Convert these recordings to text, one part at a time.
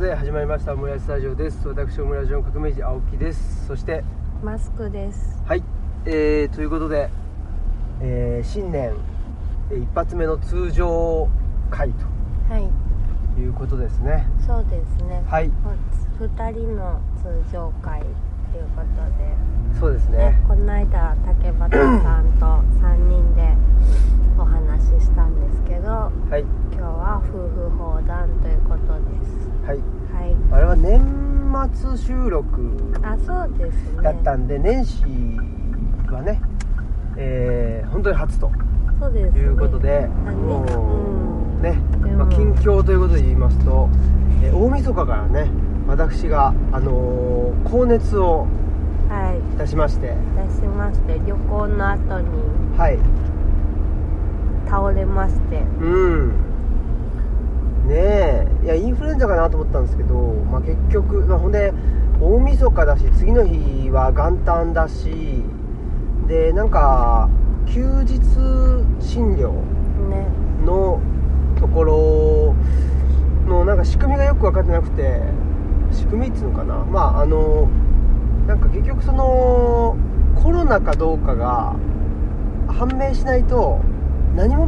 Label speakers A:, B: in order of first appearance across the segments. A: で始まりましたオムライススタジオです私オムラジオの革命児青木ですそして
B: マスクです。
A: はい、えーということで、えー新年えー一発目の通常回
B: はい、
A: ということですね
B: そうですね。
A: はい
B: ほ二人の通常会ということ
A: そうです
B: で、ね
A: ね
B: この間竹俣さんと三人でお話ししたんですけど、
A: はい
B: 今日は夫婦砲弾ということです。
A: はい
B: はい。
A: あれは年末収録
B: あ、そうですね。
A: だったんで年始はねえー本当に初と
B: そうです、
A: と
B: ね。
A: いうことで、
B: あね
A: もうね、
B: うん
A: まあ、近況ということで言いますと、えー大晦日からね私が、あのー高熱を
B: うん、はい。
A: 出しまして
B: 出しまして旅行の後に
A: はい
B: 倒れまして、
A: うんねえいやインフルエンザかなと思ったんですけど、まあ、結局、まあ、ほんで大晦日だし次の日は元旦だしでなんか休日診療
B: ね。
A: のところのなんか仕組みがよく分かってなくて仕組みっつうのかなまああのなんか結局そのコロナかどうかが判明しないと何も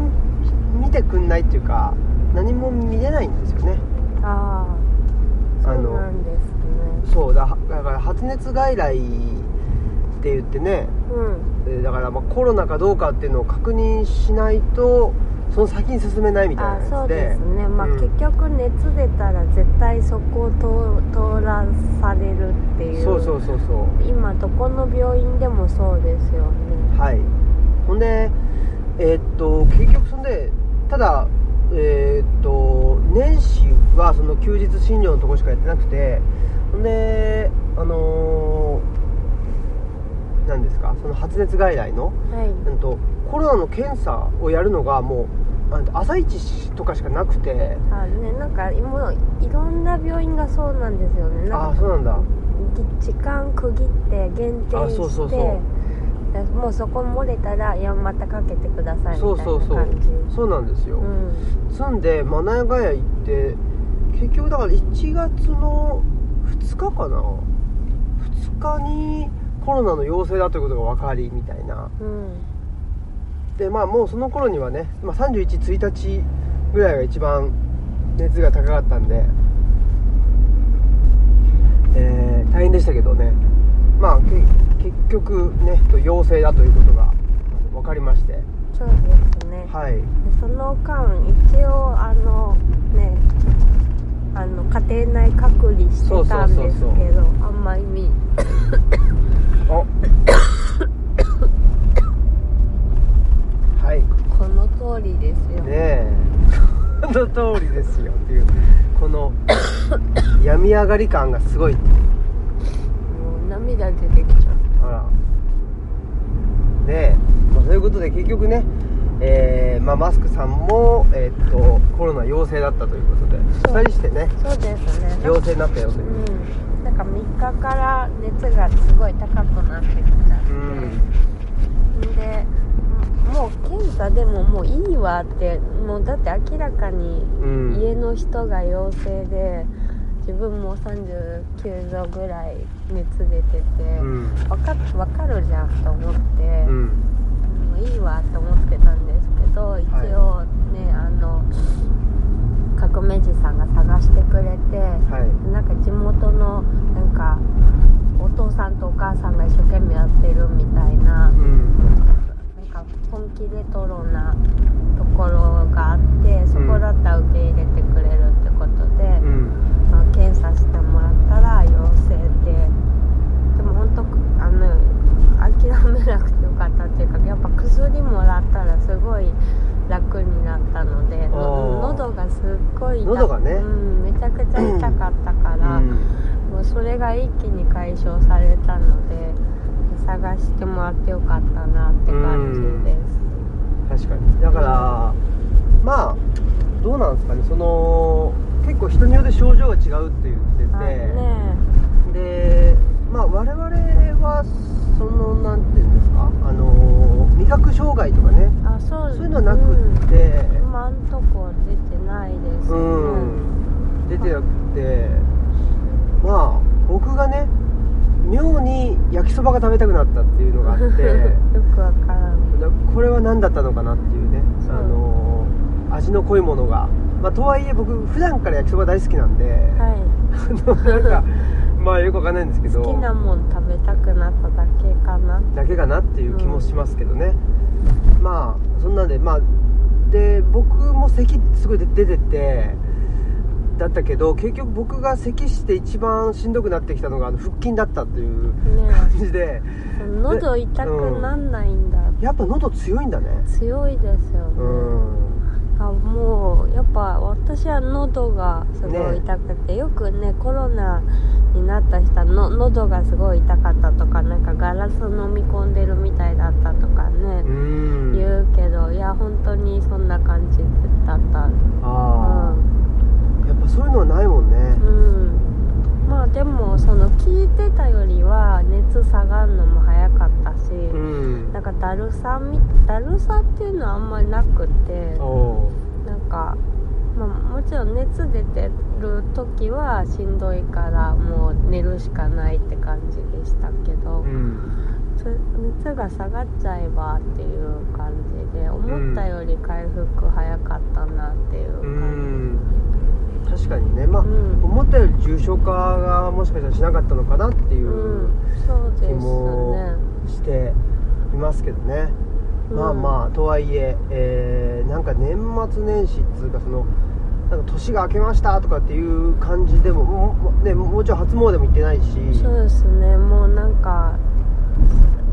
A: 見てくんないっていうか何も見れないんですよね
B: ああ、
A: あ
B: そ
A: の
B: うなんですね。
A: そうだだから発熱外来って言ってね
B: うん。
A: えーだからまあコロナかどうかっていうのを確認しないとその先に進めないみたいな
B: あ
A: やつで
B: そうですね、まあ
A: うん
B: 結局熱出たら絶対そこを通通らされるっていう
A: そうそうそうそう
B: 今どこの病院でもそうですよね
A: はい、ほんで、えーっと結局そんでただ、えーっと年始はその休日診療のとこしかやってなくてほんであのーなんですかその発熱外来の、
B: はい
A: うん、とコロナの検査をやるのがもううんと朝一とかしかなくて
B: あねなんかもういろんな病院がそうなんですよね
A: あ
B: な
A: あ
B: ん
A: そ
B: か
A: うなんだ
B: 時間区切って限定
A: あ
B: して
A: そうそうそう
B: でもうそこ漏れたらいやまたかけてくださいみたいな感じ
A: そうそうそうそうなんですよ、
B: うん、
A: 住んでマナヤガヤ行って結局だから1月の2日かな2日にコロナの陽性だということが分かりみたいな
B: うん、
A: でまあもうその頃にはね、まあ、311日ぐらいが一番熱が高かったんで、えー大変でしたけどねまあけ結局ねと陽性だということが分かりまして
B: そうですね
A: はい
B: でその間一応あのねあの家庭内隔離し
A: そう
B: て
A: そ
B: た
A: うんそう
B: です
A: そう
B: けどあんま意味
A: あはい
B: この通りですよ、
A: ねえこの通りですよっていうこの病み上がり感がすごい
B: もう涙出てきちゃう
A: あらねえ、まあ、ということで結局ねえーまあ、マスクさんも、えーっとコロナ陽性だったということで
B: そう
A: 2人してね
B: そうですね
A: 陽性になったよといううん
B: なんか3日から熱がすごい高くなってきちゃって、
A: うん
B: でもう検査でももういいわってもうだって明らかに
A: うん
B: 家の人が陽性で自分も39度ぐらい熱出てて、
A: うん
B: わかわかるじゃんと思って、
A: うん
B: もういいわと思ってたんですけど一応ね、あの革命児さんが探してくれて
A: はい
B: なんか地元のなんかお父さんとお母さんが一生懸命やってるみたいな
A: うん
B: なんか本気レトロなところがあってそこだったら受け入れてくれるってことで。
A: うん
B: まあ検査してもらったら陽性ででも本当あの諦めなくてよかったっていうかやっぱ薬もらったらすごい楽になったのでの
A: あー
B: 喉がすっごい痛
A: 喉がね
B: うん、めちゃくちゃ痛かったか
A: う
B: ら、
A: ん
B: もうそれが一気に解消されたので探してもらってよかったなって感じです、
A: 確かにだからまあどうなんですかねその結構人によって症状が違うって言
B: あ
A: っ
B: ね
A: てて、でまあ我々はそのなんていうんですかあの味覚障害とかね
B: あそう
A: そういうのはなくって
B: うん今んとこ出てないですね、
A: うん、出てなくて食べたくなったっていうのがあって
B: よくわからん
A: なこれは何だったのかなっていうね、
B: そう
A: あのー味の濃いものが、まあ、とはいえ僕普段から焼きそば大好きなんで、
B: はい
A: あのなんかまあよくわかんないんですけど
B: 好きなもん食べたくなっただけかな
A: だけかなっていう気もしますけどね、まあそんなんでまあで僕も咳すごい出出ててだったけど結局僕が咳して一番しんどくなってきたのがあの腹筋だったっていう
B: ね
A: 感じで
B: え喉痛くなんないんだ、
A: やっぱ喉強いんだね
B: 強いですよね、
A: うん
B: あもうやっぱ私は喉がすごい痛くて、よくねコロナになった人はの喉がすごい痛かったとかなんかガラス飲み込んでるみたいだったとか
A: う
B: ね、
A: ん
B: 言うけどいや本当にそんな感じだった
A: あ
B: う
A: あやっぱそういうのはないもんね
B: ん、うん、まあでもその聞いてたよりは熱下がるのも早かったし、
A: うん
B: なんかだるさみだるさっていうのはあんまりなくて
A: お
B: なんか、まあ、もちろん熱出てる時はしんどいからもう寝るしかないって感じでしたけど
A: う、うん
B: つ熱が下がっちゃえばっていう感じで思ったより回復早かったなっていう
A: う
B: 感
A: ん確かにねまあ、
B: うん
A: 思ったより重症化がもしかしたらしなかったのかなってい
B: じ、う
A: う、
B: んそうです
A: 気
B: ね
A: もしていますけどね、
B: うん
A: まあまあとはいええーなんか年末年始っつうかそのなんか年が明けましたとかっていう感じでももも,、ね、もちろん初詣も行ってないし
B: そうですねもうなんか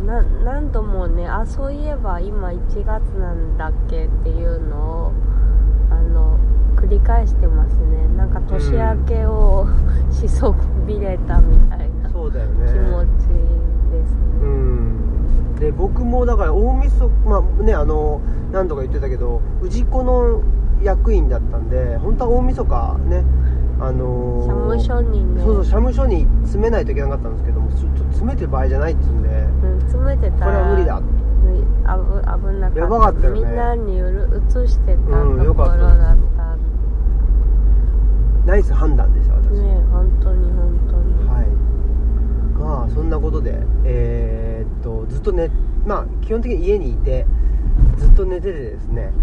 B: な何度もねあそういえば今1月なんだっけっていうのをあの繰り返してますねなんか年明けをしそびれたみたいな気持
A: そうだよね
B: ちです
A: う
B: ね、
A: んで僕もだから大晦日まあねあの何度か言ってたけど氏子の役員だったんで本当は大晦日ねあのー
B: 社務所にね
A: そうそう社務所に詰めないといけなかったんですけどもちょっと詰めてる場合じゃないっつうんで
B: うん詰めてた
A: こ
B: ら
A: れは無理だ
B: あぶ危なかった
A: やばかったよね
B: みんなにうる移してたと
A: うんよ
B: こ
A: か
B: ろ
A: った
B: だったん
A: ナイス判断でした
B: で
A: 私、
B: ね本当に本当に
A: はいまあそんなことでえーっとずっと寝まあ基本的に家にいてずっと寝ててですね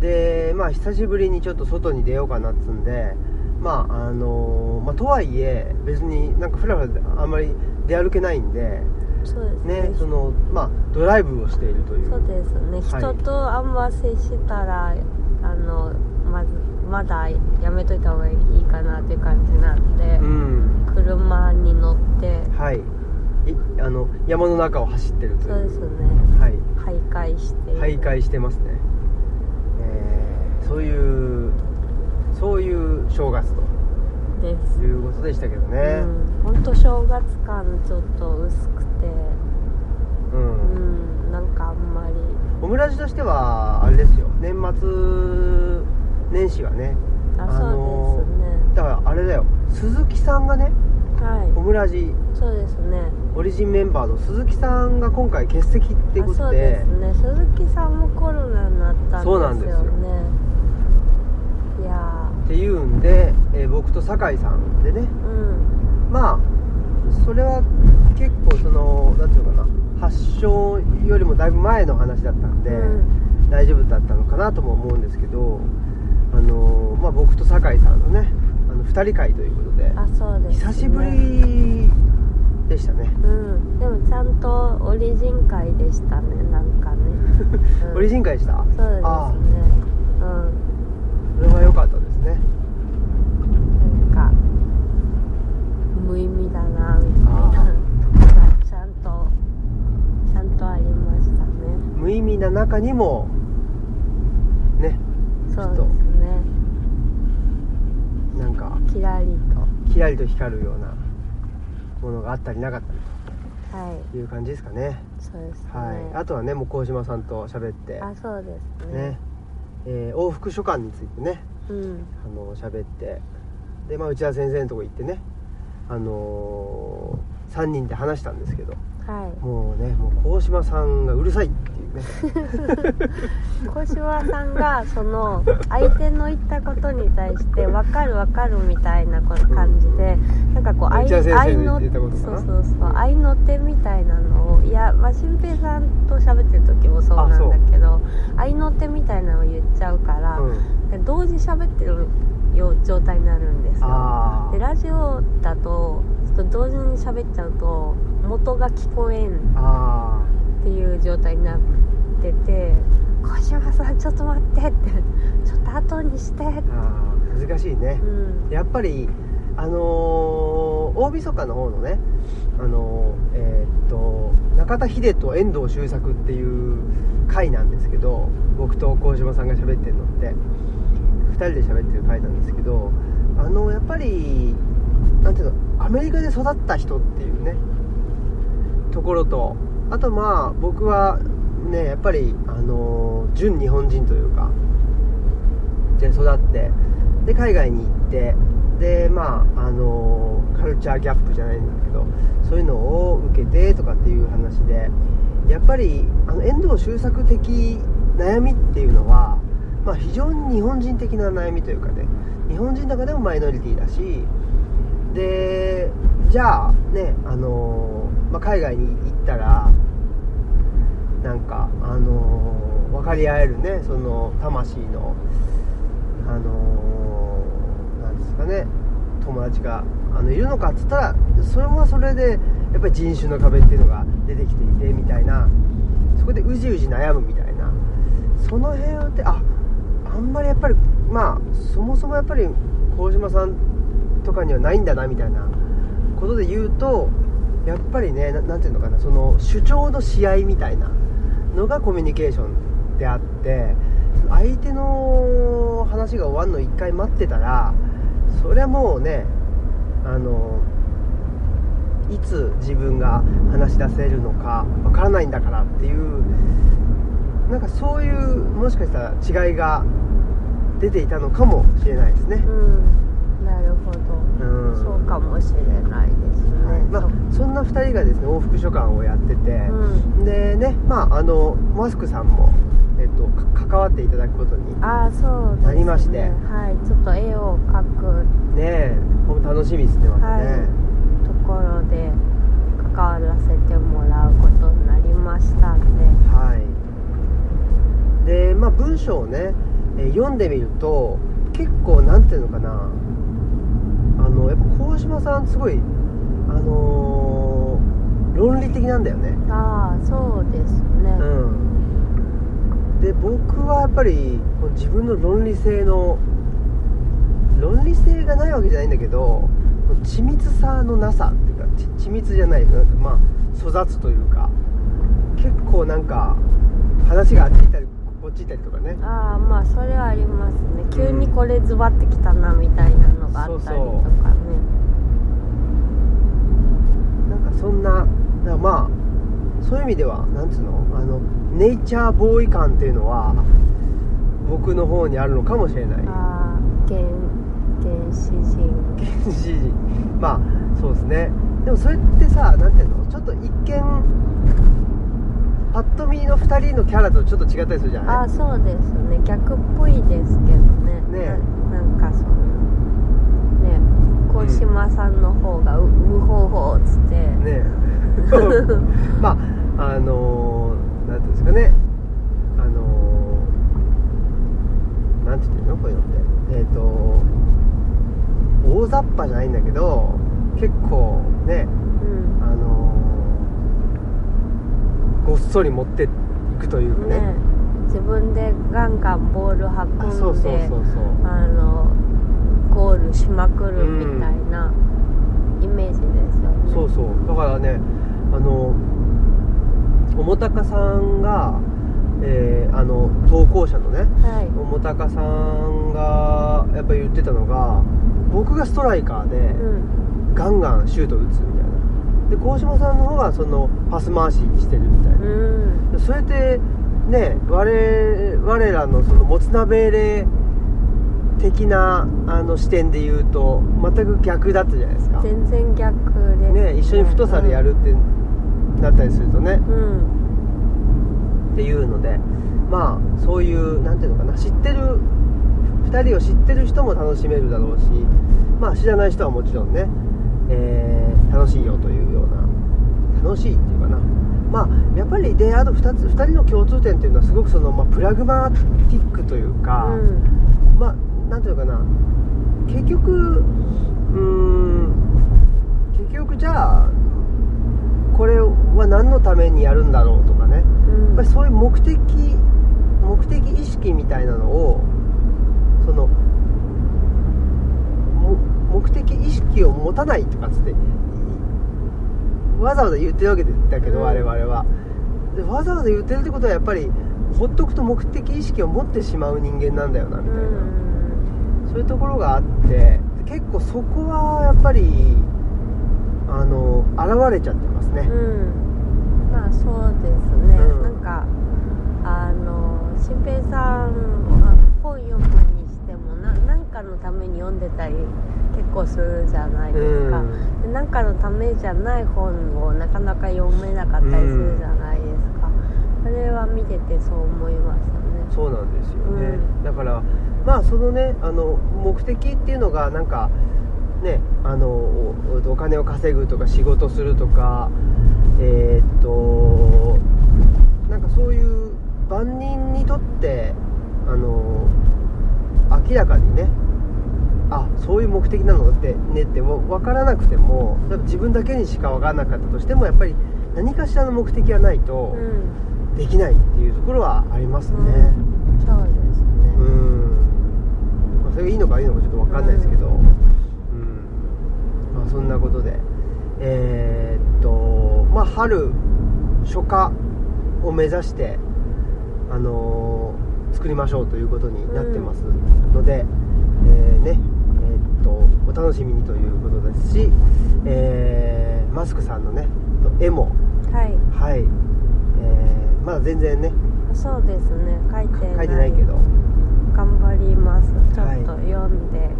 A: でまあ久しぶりにちょっと外に出ようかなっつうんでまああのまあとはいえ別になんかフラフラあんまり出歩けないんで
B: そうですね
A: ねそのまあドライブをしているという
B: そうですね、
A: はい
B: 人とあんま接したらあのまずまだやめといた方がいいかなっていう感じなんで、
A: うん
B: 車に乗って
A: はいいあの山の中を走ってるとい
B: そう
A: う
B: ですね
A: はい
B: 徘徊して
A: 徘徊してますね、えーそういうそういう正月と
B: です、
A: いうことでしたけどね
B: うん、ほんと正月感ちょっと薄くて
A: うん
B: う、んなんかあんまり
A: オムラジとしてはあれですよ年末年始はね
B: あ
A: あ
B: そ
A: の
B: うですね
A: だからあれだよ鈴木さんがねオ
B: は
A: ムラジ
B: いそうですね
A: オリジンメンバーの鈴木さんが今回欠席ってこ
B: あそ
A: と
B: う
A: で
B: ですね鈴木さんもコロナになったんですよね
A: そうなんですよ
B: いやー
A: っていうんで、えー僕と酒井さんでね
B: うん
A: まあそれは結構その何ていうのかな発症よりもだいぶ前の話だったんで、
B: うん
A: 大丈夫だったのかなとも思うんですけどあのーまあ、僕と酒井さんのねあの2人会ということで
B: あそうです、ね、
A: 久しぶりでしたね、
B: うんでもちゃんとオリジン会でしたねなん かね、うん
A: オリジン会でした
B: そうですね
A: あ
B: うん
A: それは良かったですね
B: なんか無意味だなみたい
A: あ
B: なちゃんとちゃんとありましたね
A: 無意味な中にもね
B: そう
A: ちょ
B: で
A: なんか
B: すねキラリと
A: キラリと光るようなものがあったりなかったり
B: はい
A: という感じですかね
B: そうですね、
A: はい、あとはね向島さんと喋って
B: あそうですね
A: ね、えー往復書簡についてね
B: うん
A: あの喋ってで、まあ、内田先生のとこ行ってね、あのー3人で話したんですけど
B: はい
A: もうねもう鴻島さんがうるさいっていうね
B: 小島さんがその相手の言ったことに対して「分かる分かる」みたいなこう感じでなんかこう愛
A: 内田先生
B: 愛
A: の
B: の
A: 言ったことか
B: そう
A: な
B: そうそう
A: うん
B: 愛の手みたいなのをいやまあ新平さんと喋ってる時もそうなんだけど愛の手みたいなのを言っちゃうから、
A: うん
B: で同時喋ってるよう状態になるんですよ
A: あ
B: で
A: ー
B: ラジオだとちょっと同時に喋っちゃうと元が聞こえん
A: あ
B: っていう状態になってて「小島さんちょっと待って」って「ちょっと後にして」
A: ーあー難しいね
B: うん
A: やっぱりあのー大晦日の方のねあのーえーっと中田秀と遠藤周作っていう回なんですけど僕と幸島さんが喋ってるのって2人で喋ってる回なんですけどあのやっぱりなんていうのアメリカで育った人っていうねところとあとまあ僕はねやっぱりあのー純日本人というかで育ってで海外に行ってでまああのーカルチャーギャップじゃないんだけどそういうのを受けてとかっていう話でやっぱりあの遠藤周作的悩みっていうのは、まあ、非常に日本人的な悩みというかね日本人の中でもマイノリティだしでじゃあねあのー、まあ、海外に行ったらなんかあのー分かり合えるねその魂のあのーなんですかね友達があのいるのかっつったらそれはそれでやっぱり人種の壁っていうのが出てきていてみたいなそこでうじうじ悩むみたいなその辺ってああんまりやっぱりまあそもそもやっぱり麹島さんとかにはないんだなみたいなことで言うとやっぱりねななんていうのかなその主張の試合みたいなのがコミュニケーションであって相手の話が終わるの一回待ってたらそりゃもうねあのいつ自分が話し出せるのかわからないんだからっていうなんかそういうもしかしたら違いが出ていたのかもしれないですね。
B: うんなるほど、
A: うん
B: そうかもしれないですね、
A: はいま
B: そ
A: あ、そんな2人がですね往復書館をやってて、
B: うん、
A: でねまああのマスクさんも、えっと、か関わっていただくことにね
B: ああそうです、ね、
A: なりまして
B: はいちょっと絵を描く
A: えこの楽しみですねまたね、
B: はところで関わらせてもらうことになりましたんで
A: はい、でまあ文章をね、えー読んでみると結構なんていうのかなあのやっぱ鴻島さんすごいあのー論理的なんだよね
B: ああそうですね、
A: うんで僕はやっぱりこう自分の論理性の論理性がないわけじゃないんだけどこう緻密さのなさっていうかち緻密じゃないなんかまあ粗雑というか結構なんか話があっち行ったりこっち行ったりとかね
B: ああまあそれはありますね急にこれズバってきたなみたいなのがあったりとかね、
A: なんかそんなだからまあそういう意味ではなんつうのあのネイチャーボーイ感っていうのは僕の方にあるのかもしれない
B: ああ原原始人
A: 原始人まあそうですねでもそれってさなんていうのちょっと一見パッと見の2人のキャラとちょっと違ったりするじゃ
B: あ
A: な
B: あ
A: い
B: そうですね逆っぽいですけどね
A: ね
B: ななんかそのね小島さんの方がう「うほうほう」っつって、
A: ねえまああのー、なんていうんですかねあのー、なんて言ってるのこういうのってえっ、ー、と大雑把じゃないんだけど結構ね
B: うん
A: あのー、ごっそり持っていくというかね
B: ね自分でガンガンボール運んで
A: あそうそうそうそう
B: あのゴールしまくるみたいなイメージですよね、
A: そうそうだからねあの桃高さんが、えーあの投稿者のね
B: はい
A: 桃高さんがやっぱり言ってたのが僕がストライカーで、
B: うん
A: ガンガンシュート打つみたいなで鴻島さんの方がそのパス回ししてるみたいな、
B: うん
A: それってね我我らのそのもつ鍋れ的なあの視点で言うと全く逆だったじゃないですか
B: 全然逆です
A: ね、一緒に太さでやるってなったりするとね
B: うん、うん
A: っていうのでまあそういう何ていうのかな知ってる2人を知ってる人も楽しめるだろうしまあ知らない人はもちろんね、えー楽しいよというような楽しいっていうかなまあやっぱりであと 2, つ2人の共通点っていうのはすごくその、まあ、プラグマティックというか、
B: うん
A: まあなんていうのかな結局うーん結局じゃあこれは何のためにやるんだろうとかね
B: う
A: やっ
B: ん
A: ぱりそういう目的目的意識みたいなのをそのも目的意識を持たないとかっつってわざわざ言ってるわけだけど、
B: うん
A: 我々はでわざわざ言ってるってことはやっぱりほっとくと目的意識を持ってしまう人間なんだよなみたいな、そういうところがあって結構そこはやっぱりあの現れちゃってますね、
B: うんまあそうですね、
A: うん
B: なんかあの新平さんは本読むにしてもな何かのために読んでたり結構するじゃないですか、でなんかのためじゃない本をなかなか読めなかったりするじゃないですか、それは見ててそう思いましたね
A: そうなんですよね、
B: う
A: だからまあそのねあの目的っていうのがなんかねあのおお金を稼ぐとか仕事するとかえーっとなんかそういう万人にとってあの明らかにねあそういう目的なのってねってわ分からなくても例えば自分だけにしか分からなかったとしてもやっぱり何かしらの目的がないと
B: うん
A: できないっていうところはありますね。
B: そうですね、
A: うーん、まあ、それがいいのかいいのかちょっと分かんないですけど、うんまあ、そんなことでえーっとまあ春初夏を目指してあのー作りましょうということになってますので、えーねえーっとお楽しみにということですし、えーマスクさんのね絵も
B: はい
A: はい、えーまだ全然ね
B: そうですね書いて
A: 書いてないけど
B: 頑張りますちょ
A: はい
B: っと読んで、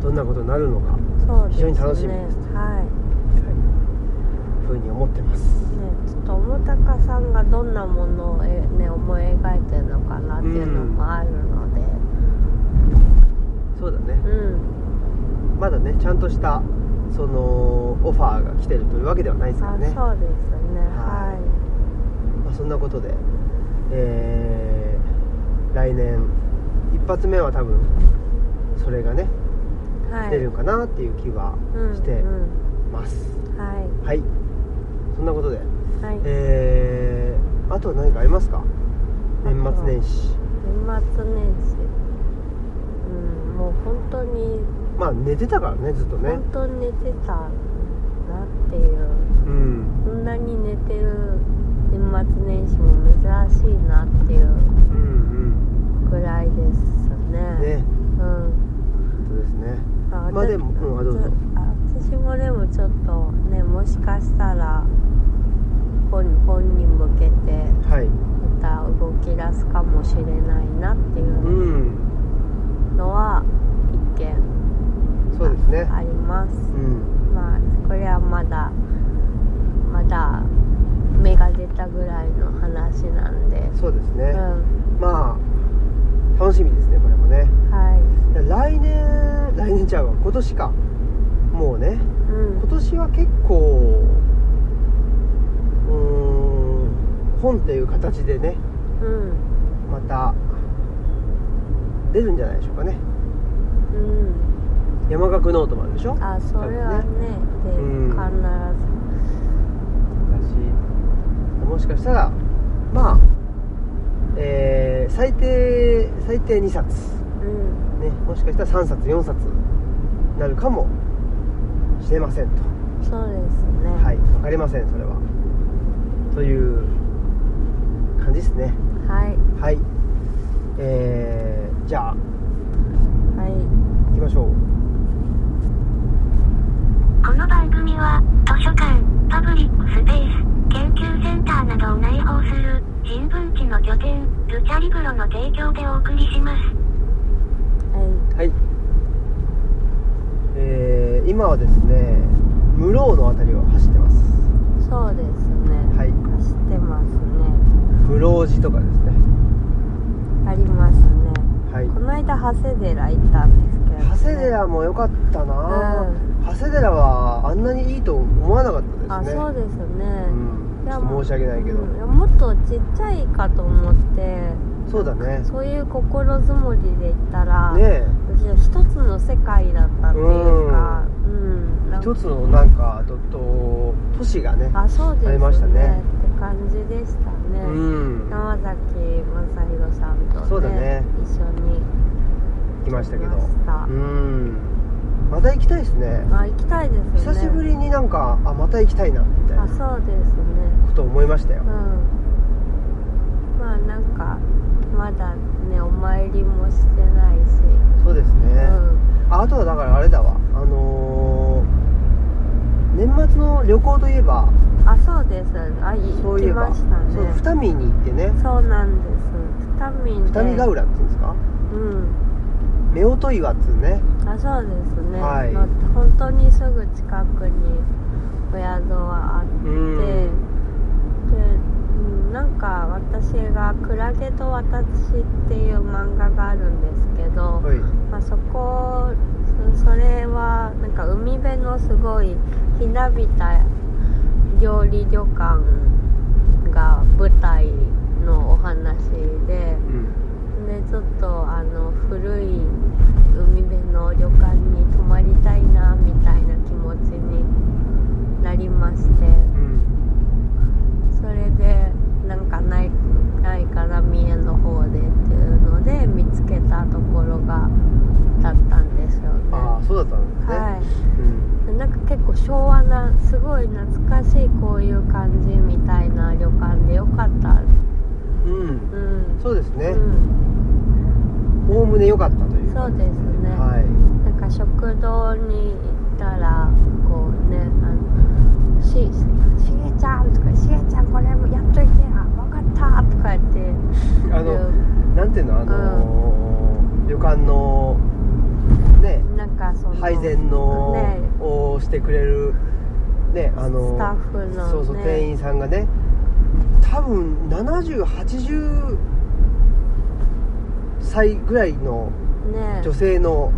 A: どんなことになるのか
B: そうですね
A: 非常に楽しみです
B: はい
A: はいふうに思ってます
B: ねちょっと重高さんがどんなものをえ、ね、思い描いてるのかなっていうのもあるので
A: そうだね
B: うん、
A: まだねちゃんとしたそのオファーが来てるというわけではないですか
B: あ
A: らね
B: そうですね
A: は
B: はいい、
A: まあ、そんなことでえー来年一発目は多分それがね、
B: はい、
A: 出るかなっていう気はして
B: うん
A: ます、
B: うん、はい
A: はいそんなことで
B: はい
A: えーあとは何かありますか
B: あと
A: 年末年始
B: 年末年始うんもう本当に、
A: まあ寝てたからねずっとね
B: 本当に寝てたなっていう
A: うん
B: こんなに寝てる年末年始も珍しいなっていう
A: うん
B: ぐらいです
A: うんね
B: ねうん
A: 本当ですね
B: あ
A: まあ
B: 私
A: でもうんあどうぞ
B: あ私もでもちょっとねもしかしたら本本に向けて
A: はい
B: また動き出すかもしれないなっていううんのは一見
A: そうですね。
B: あります、
A: うん。
B: まあこれはまだまだ芽が出たぐらいの話なんで
A: そうです
B: う
A: ね。
B: ん
A: まあ楽しみですね。これもね。
B: はい
A: 来年来年ちゃうわ。今年か。もうね。
B: う
A: 今
B: ん
A: 年は結構うーん本っていう形でね
B: うん
A: また出るんじゃないでしょうかね。
B: うん
A: 山岳ノートもあるでしょ。だし
B: あそれはねで、
A: うん
B: 必
A: もしかしたらまあ、えー最低最低2冊。
B: ずうん
A: ね、もしかしたら3冊4冊なるかもしれませんと
B: そうですね
A: はい分かりませんそれはという感じですね
B: はい
A: はいえー、じゃあ
B: はい
A: 行きましょう
C: この番組は、図書館、パブリックスペース、研究センターなどを内包する、人文地の拠点、ルチャリブロの提供でお送りします。
B: はい
A: はいえー、今はですね室生の辺りを走ってます
B: そうですね
A: はい
B: 走ってますね
A: 不老寺とかですね
B: ありますね
A: はい
B: この間長谷寺行ったんですけど、ね、
A: 長谷寺も良かったな、
B: う
A: 長谷寺はあんなにいいと思わなかった
B: あ
A: ですね
B: そうですね、
A: うん、
B: い
A: ち
B: や
A: ょっと申し訳ないけど、
B: うんいやもっとちっちゃいかと思って
A: そうだねね
B: そういう心づもりで行ったら、
A: え
B: 一つの世界だったっていうかうん、なんか
A: 一つのなんかとと都市がね
B: あそうですね
A: ありましたね
B: って感じでしたね、
A: うん
B: 山崎正弘さんと、ね、
A: そうだね
B: 一緒に
A: 来ましたけど
B: 来ました
A: うんまた行きたいですね
B: あ行きたいですね
A: 久しぶりになんかあまた行きたいなみたい
B: あ
A: な
B: そうですね
A: ことを思いましたよ
B: うん、まあなんかまだねお参りもしてないし、
A: そうです
B: う
A: ね、
B: ん、
A: ああとはだからあれだわあのー年末の旅行といえば
B: あそうですあい
A: そ
B: 行
A: うい
B: き
A: え
B: ま
A: ば
B: したね
A: そう二見に行ってね
B: そうなんです二見で
A: 二見ヶ浦っていうんですか
B: うん
A: 夫婦岩っつうね
B: あそうですね、
A: はい
B: まあ本当にすぐ近くにお宿はあって、
A: うん
B: で、うん、なんか私が「クラゲと私」っていう漫画があるんですけど、
A: はい
B: まあ、そこそそれはなんか海辺のすごいひなびた料理旅館が舞台のお話で
A: うん
B: でちょっとあの古い海辺の旅館に泊まりたいなみたいな気持ちになりまして
A: うん
B: それでなんかないないから三重の方でっていうので見つけたところがだったんですよね。
A: ああそうだったんですね、
B: はい
A: うん
B: でなんか結構昭和なすごい懐かしいこういう感じみたいな旅館でよかった
A: うん、
B: うん
A: そうですね
B: うん、
A: おおむね良かったという
B: そうですね、
A: は
B: なんか食堂に行ったらこうねあのし「しげちゃん」とか「しげちゃんこれもやっといてあ分かった」とか言って
A: いあのなんていうのあのー旅館のね
B: いうなんかその
A: 配膳の
B: ね
A: をしてくれるねあの
B: スタッフのね
A: そうそう店員さんがね多分7080歳ぐらいの
B: ね
A: 女性の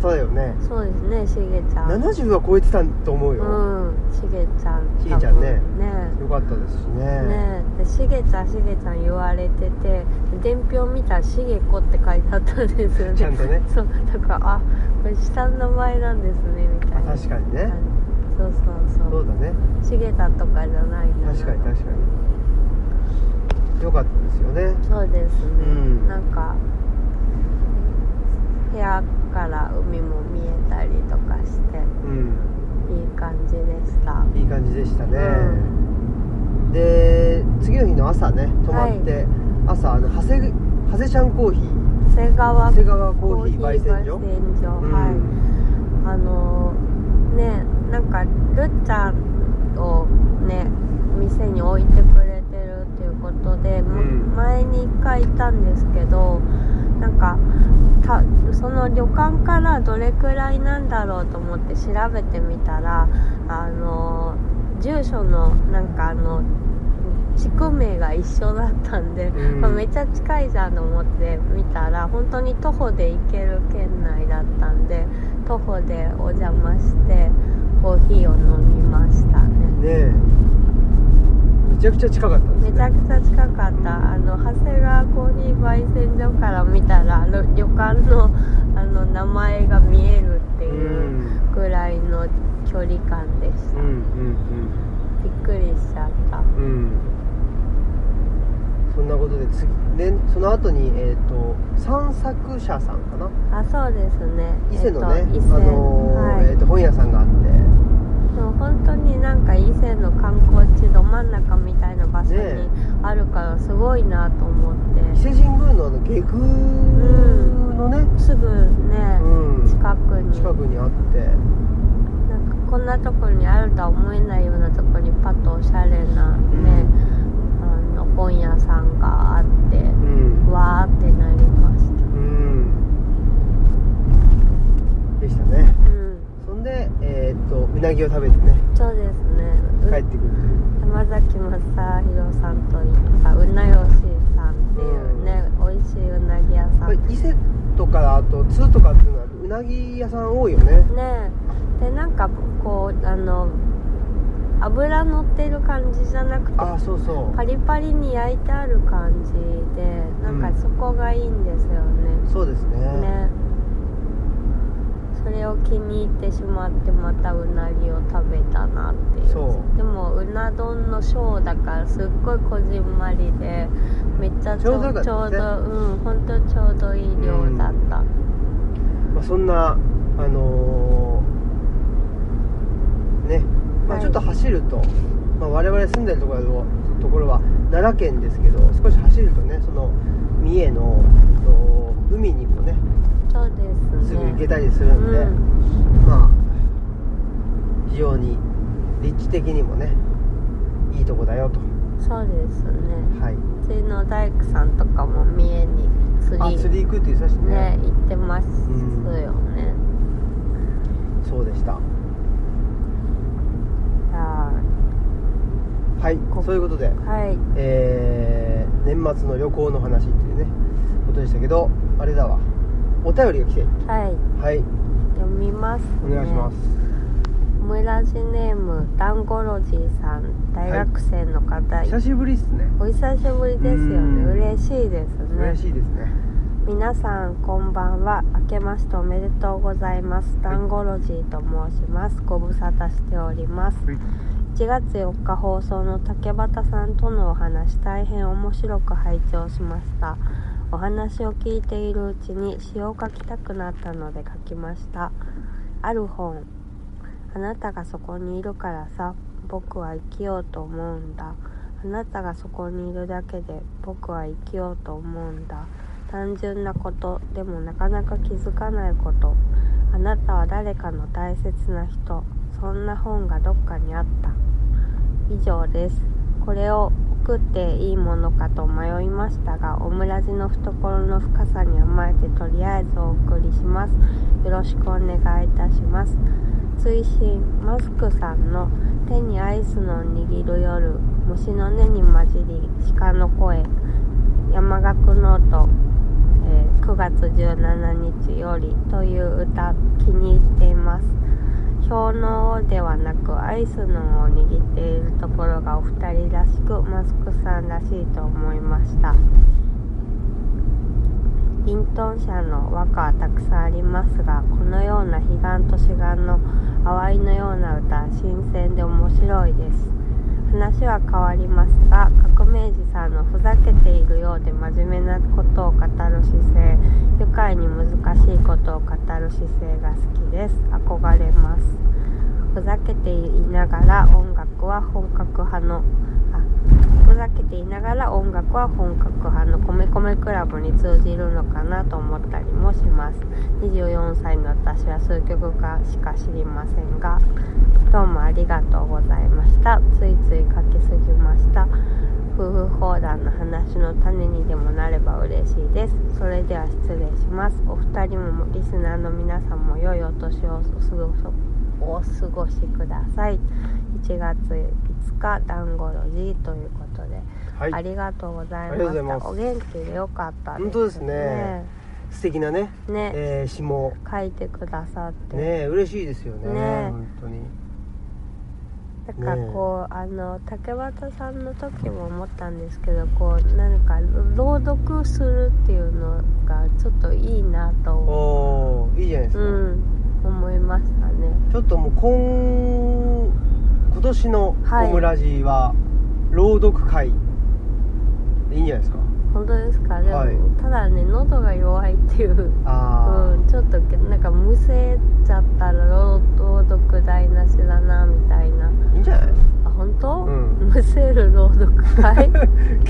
A: 方だよね
B: そうですねしげちゃん
A: 70は超えてたと思うよ、
B: うんしげちゃん
A: しげちゃんね
B: 多分ね
A: よかったですしね
B: ねえでしげちゃんしげちゃん言われてて伝票見たらしげこって書いてあったんですよね
A: ちゃんとね
B: そうだからあこれ下の名前なんですねみたい
A: あ
B: な
A: 確かにね
B: そうそう
A: そ
B: そう
A: うだね
B: うしげたとかじゃないんだな
A: 確かに確かによかったですよね
B: そうですね、
A: うん
B: なんか部屋から海も見えたりとかして
A: うん
B: いい感じでした
A: いい感じでしたね、
B: う
A: で次の日の朝ね泊まって、朝あの長谷長谷ちゃんコーヒー
B: 長谷川
A: 長谷川コ
B: コ
A: ー
B: ー
A: ヒ
B: ヒ
A: ー
B: ー
A: 焙
B: 焙
A: 煎
B: 煎
A: 所
B: 所はい、あのねなんかるっちゃんをね店に置いてくれてるっていうことで、も
A: うん
B: 前に1回行ったんですけどなんかたその旅館からどれくらいなんだろうと思って調べてみたらあの住所のなんかあの地区名が一緒だったんで、
A: うん
B: まあめっちゃ近いじゃんと思って見たら本当に徒歩で行ける県内だったんで徒歩でお邪魔してコーヒーを飲みましたね
A: ねえめちゃくちゃ近かったですね
B: めちゃくちゃ近かったあの長谷川コーヒー焙煎所から見たら旅旅館のあの名前が見えるって
A: う
B: いうんくらいの距離感でし
A: う
B: た、
A: んうん
B: びっくりしちゃった
A: うんうんそんなことで次ねその後にえっ、と散策者さんかな
B: あそうですね
A: 伊勢のね、
B: えっと、伊勢、
A: あのー
B: はい
A: えっと本屋さんがあって
B: でも本当になんか伊勢の観光地ど真ん中みたいな場所に
A: ね
B: あるからすごいなと思って、
A: 伊勢神宮のあの下宮のね、
B: すぐね、
A: うん
B: 近くに
A: 近くにあって
B: なんかこんなところにあるとは思えないようなところにパッとおしゃれなね、あの本屋さんがあっ
A: う
B: て
A: ん
B: わーってなりまし
A: う
B: た
A: んでしたね
B: うん
A: そんでえっ、とうなぎを食べてね
B: そうですねう
A: 帰ってくるという
B: 山崎正弘さんといえばうなよしさんっていうね、美味しいうなぎ屋さん
A: これ伊勢とかあと津とかっていうのはうなぎ屋さん多いよね
B: ねえでなんかこうあの油乗ってる感じじゃなくて
A: あそうそう
B: パリパリに焼いてある感じでなん
A: うん
B: かそこがいいんですよね、
A: そうですね
B: ねそれを気に入ってしまってまたうなぎを食べたなっていう
A: そ
B: でもうな丼のショーだからすっごいこじんまりでめっちゃち
A: ち
B: ょ
A: ょうどだったね
B: ちょうどうん本当ちょうどいい量だった、
A: まあ、そんなあのーね、まあ、
B: はい
A: ちょっと走ると、まあ、我々住んでるところところは奈良県ですけど少し走るとねその三重のあの海にもね
B: そうですね
A: すぐ行けたりするんで、
B: うん
A: まあ非常に立地的にもねいいとこだよと
B: そうですね
A: はいう
B: ちの大工さんとかも三重に釣
A: あ
B: り
A: 釣り行くって言ってたしね
B: ね行ってますよね、
A: そうでした
B: じゃあ
A: はい
B: こ
A: そういうことで
B: はい
A: えー年末の旅行の話っていうねことでしたけどあれだわお便りが来て
B: はい
A: はい
B: 読みます、ね、
A: お願いします、
B: ムイラジネームダンゴロジーさん大学生の方、
A: 久しぶりっすね
B: お久しぶりですよね
A: うん
B: 嬉しいですね
A: 嬉しいですね
B: 皆さんこんばんは明けましておめでとうございますダンゴロジーと申しますご無沙汰しております
A: はい
B: 1月4日放送の竹俣さんとのお話大変面白く拝聴しましたお話を聞いているうちに詩を書きたくなったので書きましたある本あなたがそこにいるからさ僕は生きようと思うんだあなたがそこにいるだけで僕は生きようと思うんだ単純なことでもなかなか気づかないことあなたは誰かの大切な人そんな本がどっかにあった以上ですこれを送っていいものかと迷いましたがオムラジの懐の深さに甘えてとりあえずお送りしますよろしくお願いいたします追伸マスクさんの手にアイスの握る夜虫の根に混じり鹿の声山岳ノート、えー9月17日よりという歌気に入っています氷の王ではなくアイスの王を握っているところがお二人らしくマスクさんらしいと思いましたイントン社の和歌はたくさんありますがこのような彼岸と志願の淡いのような歌は新鮮で面白いです話は変わりますが革命児さんのふざけているようで真面目なことを語る姿勢愉快に難しいことを語る姿勢が好きです憧れますふざけていながら音楽は本格派のあふざけていながら音楽は本格派のコメコメクラブに通じるのかなと思ったりもします24歳の私は数曲かしか知りませんがどうもありがとうございましたついつい書きすぎました夫婦砲談の話の種にでもなれば嬉しいですそれでは失礼しますお二人もリスナーの皆さんも良いお年をお過ごしお過ごしください1月5日ダンゴロジーということで、
A: はい、
B: ありがとうござい
A: あ
B: ま
A: りがとうござい
B: し
A: ます
B: たお元気でよかったです
A: 本当ですね素敵なね、
B: ねね
A: えー、詩も
B: 書いてくださって、
A: ね嬉しいですよね
B: ね
A: 本当に
B: なんかこう、あの竹俣さんの時も思ったんですけどこうなんか朗読するっていうのがちょっといいなと、
A: おーいいじゃないです
B: う
A: か、
B: ん、思いましたね
A: ちょっともう今今年の
B: はい
A: オムラジは朗読会でいいんじゃないですか
B: 本当ですかでも、
A: はい
B: ただね喉が弱いっていう、
A: あ
B: うん、ちょっとなんかむせちゃったら朗朗読台無しだなみたいな
A: あ、いいんじゃない
B: あ本当、
A: うん
B: むせる朗読 会
A: ギ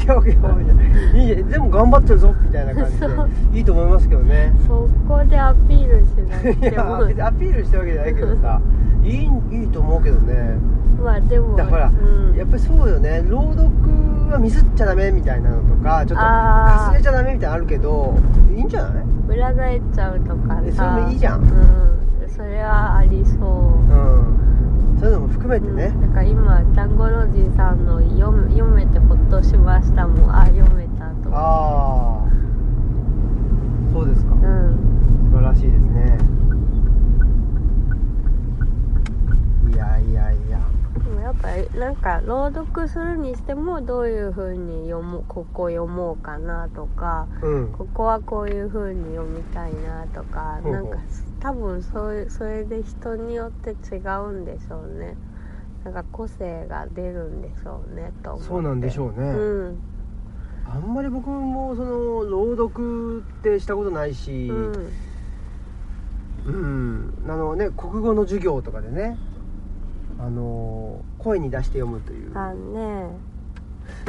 A: ャオギャオみたいないいねでも頑張ってるぞみたいな
B: そ
A: 感
B: う
A: じでいいと思いますけどね
B: そこでアピールしなく
A: い
B: て
A: や
B: も
A: 別にアピールしたわけじゃないけどさいいいいと思うけどね
B: まあでも
A: だから
B: うん、
A: やっぱりそうよね朗読はミスっちゃダメみたいなのとかちょっと
B: あー
A: かすれちゃダメみたいなのあるけどいいんじゃない
B: 裏返っちゃうとか
A: え
B: ね
A: それもいいじゃん
B: うんそれはありそう
A: うんそういうのも含めてね、
B: だから今団子老人さんの読む読めてほっとしましたもんあ読めたと思って
A: ああそうですか、
B: うん
A: 素晴らしいですねいやいやいや
B: でもやっぱりなんか朗読するにしてもどういう風に読もうここ読もうかなとか
A: うん
B: ここはこういう風に読みたいなとか
A: ほう
B: な
A: ほうん
B: か多分そういうそれで人によって違うんでしょうねなんか個性が出るんでしょうねと思って
A: そうなんでしょうね、
B: うん
A: あんまり僕もその朗読ってしたことないし、
B: うん
A: うんあのね国語の授業とかでねあの声に出して読むという
B: あね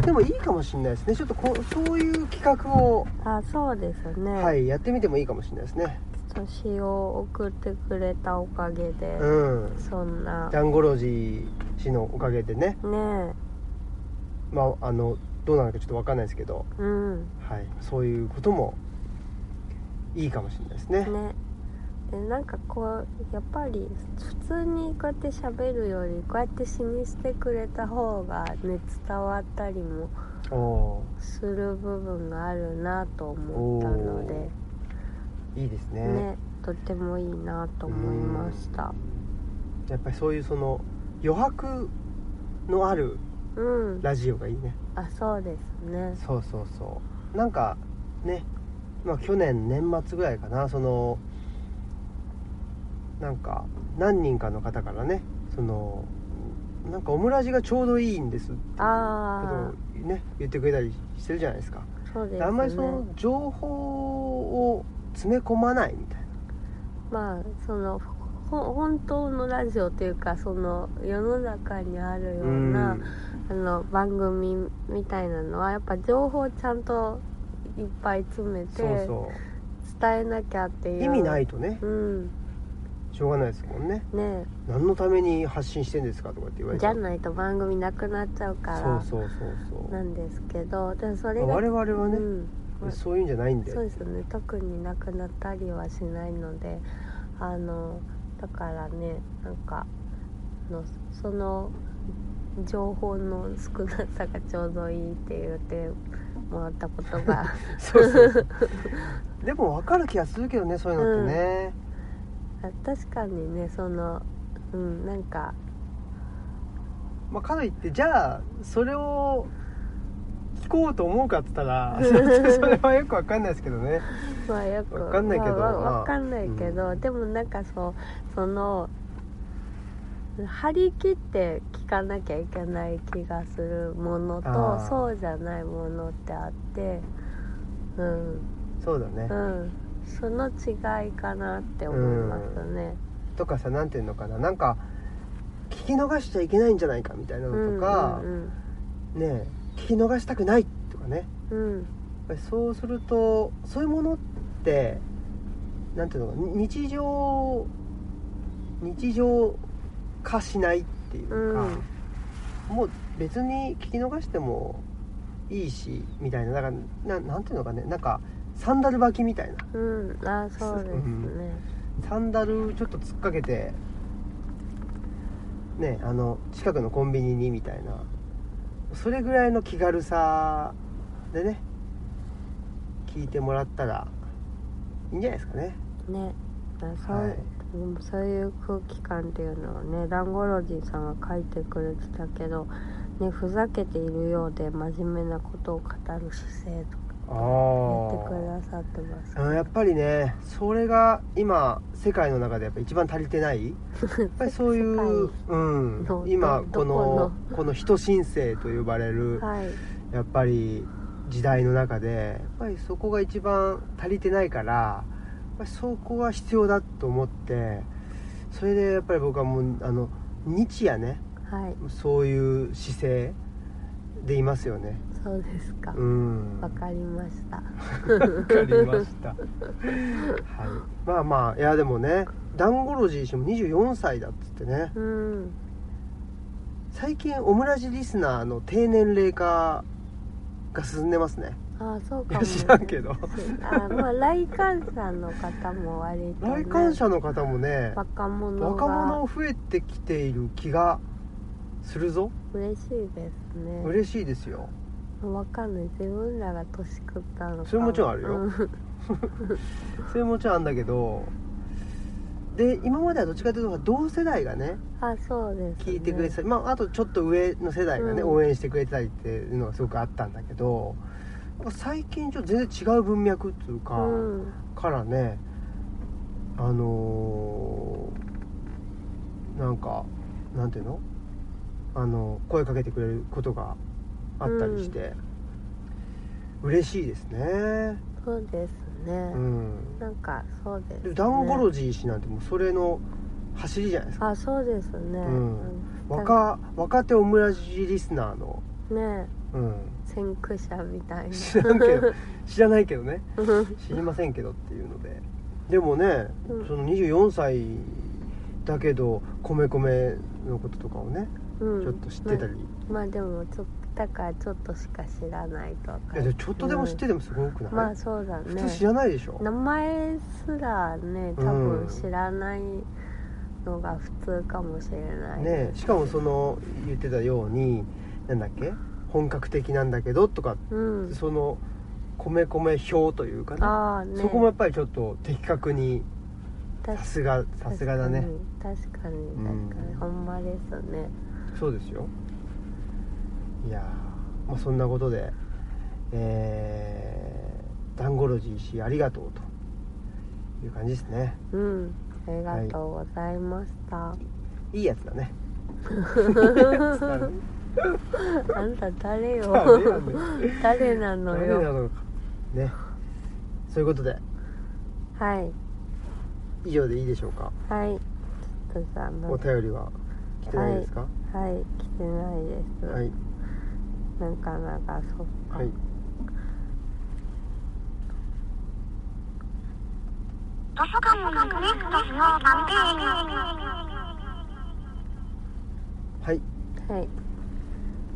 A: でもいいかもしれないですねちょっとこうそういう企画を、
B: あそうですね
A: はい、やってみてもいいかもしれないですね
B: 年を送ってくれたおかげで、
A: うん
B: そんな
A: ジャンゴロジー氏のおかげでね
B: ね
A: まああのどうなのかちょっと分かんないですけど、
B: えうん
A: はい、そういうこともいいかもしれないですね
B: ねでなんかこうやっぱり普通にこうやって喋るよりこうやって詩にしてくれた方がね伝わったりも
A: お
B: する部分があるなと思ったので
A: ーいいですね
B: ねとてもいいなと思いました
A: やっぱりそういうその余白のある
B: うん、
A: ラジオがいいね
B: あそうですね
A: そうそうそうなんかね、まあ、去年年末ぐらいかなそのなんか何人かの方からねそのなんかオムラジがちょうどいいんですってこと
B: ああ
A: をね言ってくれたりしてるじゃないですか
B: そうですね
A: あんまりその情報を詰め込まないみたいな
B: まあそのほ本当のラジオというかその世の中にあるような、あの番組みたいなのはやっぱ情報をちゃんといっぱい詰めて
A: そう
B: 伝
A: そ
B: えなきゃっていう
A: う意味ないいとね
B: うん
A: しょうがないですもんね
B: ね
A: 何のために発信してんですかとかって言わ
B: え
A: れ
B: じ
A: て
B: ゃないと番組なくなっちゃうから
A: そうそうそうそう
B: なんですけどでもそれが
A: まあ我々はね、
B: うんま
A: そういうんじゃないんで
B: そうですよね特になくなったりはしないのであのだからねなんかあのその情報の少なさがちょうどいいって言ってもらったことが
A: そうそう そうでも分かる気がするけどねそういうのってね、
B: 確かにねそのうんなんか
A: まあ、かといってじゃあそれを聞こうと思うかって言った らそれはよく分かんないですけどね
B: まあよく
A: わかんないけど
B: まあ
A: まあ
B: わわかんないけど、でもなんかそうその張り切って聞かなきゃいけない気がするもの
A: あ
B: と
A: ー
B: そうじゃないものってあってうん
A: そうだね、
B: うんその違いかなって思いますね、
A: とかさなんていうのかななんか聞き逃しちゃいけないんじゃないかみたいな
B: うんうん、
A: のとか
B: う、ん
A: ねえ聞き逃したくないとかね
B: うん
A: やっぱりそうするとそういうものってなんていうのかに日常日常化しないっていうか、もう別に聞き逃してもいいしみたいなだからななんていうのかねなんかサンダル履きみたいな
B: うんうんあそうですね、
A: サンダルちょっと突っかけてねあの近くのコンビニにみたいなそれぐらいの気軽さでね聞いてもらったらいいんじゃないですかね
B: ねあそう、
A: はい
B: うんそういう空気感っていうのはね団子老人さんが書いてくれてたけど、ね、ふざけているようで真面目なことを語る姿勢とか
A: あ
B: やってくださってます
A: あやっぱりねそれが今世界の中でやっぱ一番足りてないやっぱりそう いう、うん
B: ど、
A: 今
B: ど
A: このこの人新世と呼ばれる、
B: はい
A: やっぱり時代の中でやっぱりそこが一番足りてないからやっぱりそこが必要だと思ってそれでやっぱり僕はもうあの日夜ね
B: はい
A: そういう姿勢でいますよね
B: そうですか
A: うん
B: わかりました
A: わかりましたはいまあまあいやでもねダンゴロジー氏も24歳だっつってね
B: うん
A: 最近オムラジリスナーの低年齢化が進んでますね
B: ああそう
A: い
B: か
A: や
B: も
A: 知らんけど
B: あまあ来館者の方も割と、ね、
A: 来館者の方もね
B: 若者が
A: 若者増えてきている気がするぞ
B: 嬉しいですね
A: 嬉しいですよ
B: わかんない自分らが年食ったのか
A: それもちろんあるよ
B: うん
A: それもちろんあんだけどで今まではどっちかというと同世代がね
B: あそうです、ね、
A: 聞いてくれてたり、まあ、あとちょっと上の世代がね、
B: うん
A: 応援してくれてたりっていうのがすごくあったんだけどやっぱ最近ちょっと全然違う文脈っていうか、
B: うん
A: からねあのーなんかなんていうのあの声かけてくれることがあったりして、嬉しいですね
B: そうです
A: う
B: ね、
A: ん
B: なんかそうです、
A: で
B: ね、
A: ダンゴロジー氏なんてもうそれの走りじゃないですか
B: あそうですね、
A: ん若若手オムラジリスナーの
B: ね
A: うん
B: 先駆者みた いな
A: 知らんけど知らないけどね
B: うん
A: 知りませんけどっていうのででもね、
B: うん
A: その24歳だけど米米のこととかをね、
B: うん
A: ちょっと知ってたり、
B: まあでもちょっとだからちょっとしか知らないと
A: いやでもちょっとでも知っててもすごくない、
B: まあそうだ
A: 普通知
B: ね
A: らないでしょ、
B: 名前すらね多分知らないのが普通かもしれない、
A: ねえしかもその言ってたようになんだっけ本格的なんだけどとか、
B: うん
A: その米米表というかね
B: ああね
A: そこもやっぱりちょっと的確に
B: 確
A: さすがさすがだね
B: 確かに確かに確かに、
A: うん
B: ほんまですね
A: そうですよいやー、まあ、そんなことでえー、ダンゴロジー氏ありがとうという感じですね
B: うんありがとうございました、
A: いいやつだ ね
B: あんた誰 よ
A: 誰やねん
B: 誰なの
A: 誰な
B: よ
A: のかねそういうことで
B: はい
A: 以上でいいでしょうか
B: はいちょっとさなん
A: お便りは来てないですか
B: はい来てないです、
A: はい
B: なんかなんかそっか、
A: はい
C: 図書館のクエストスノーパンペ
A: はい
B: はい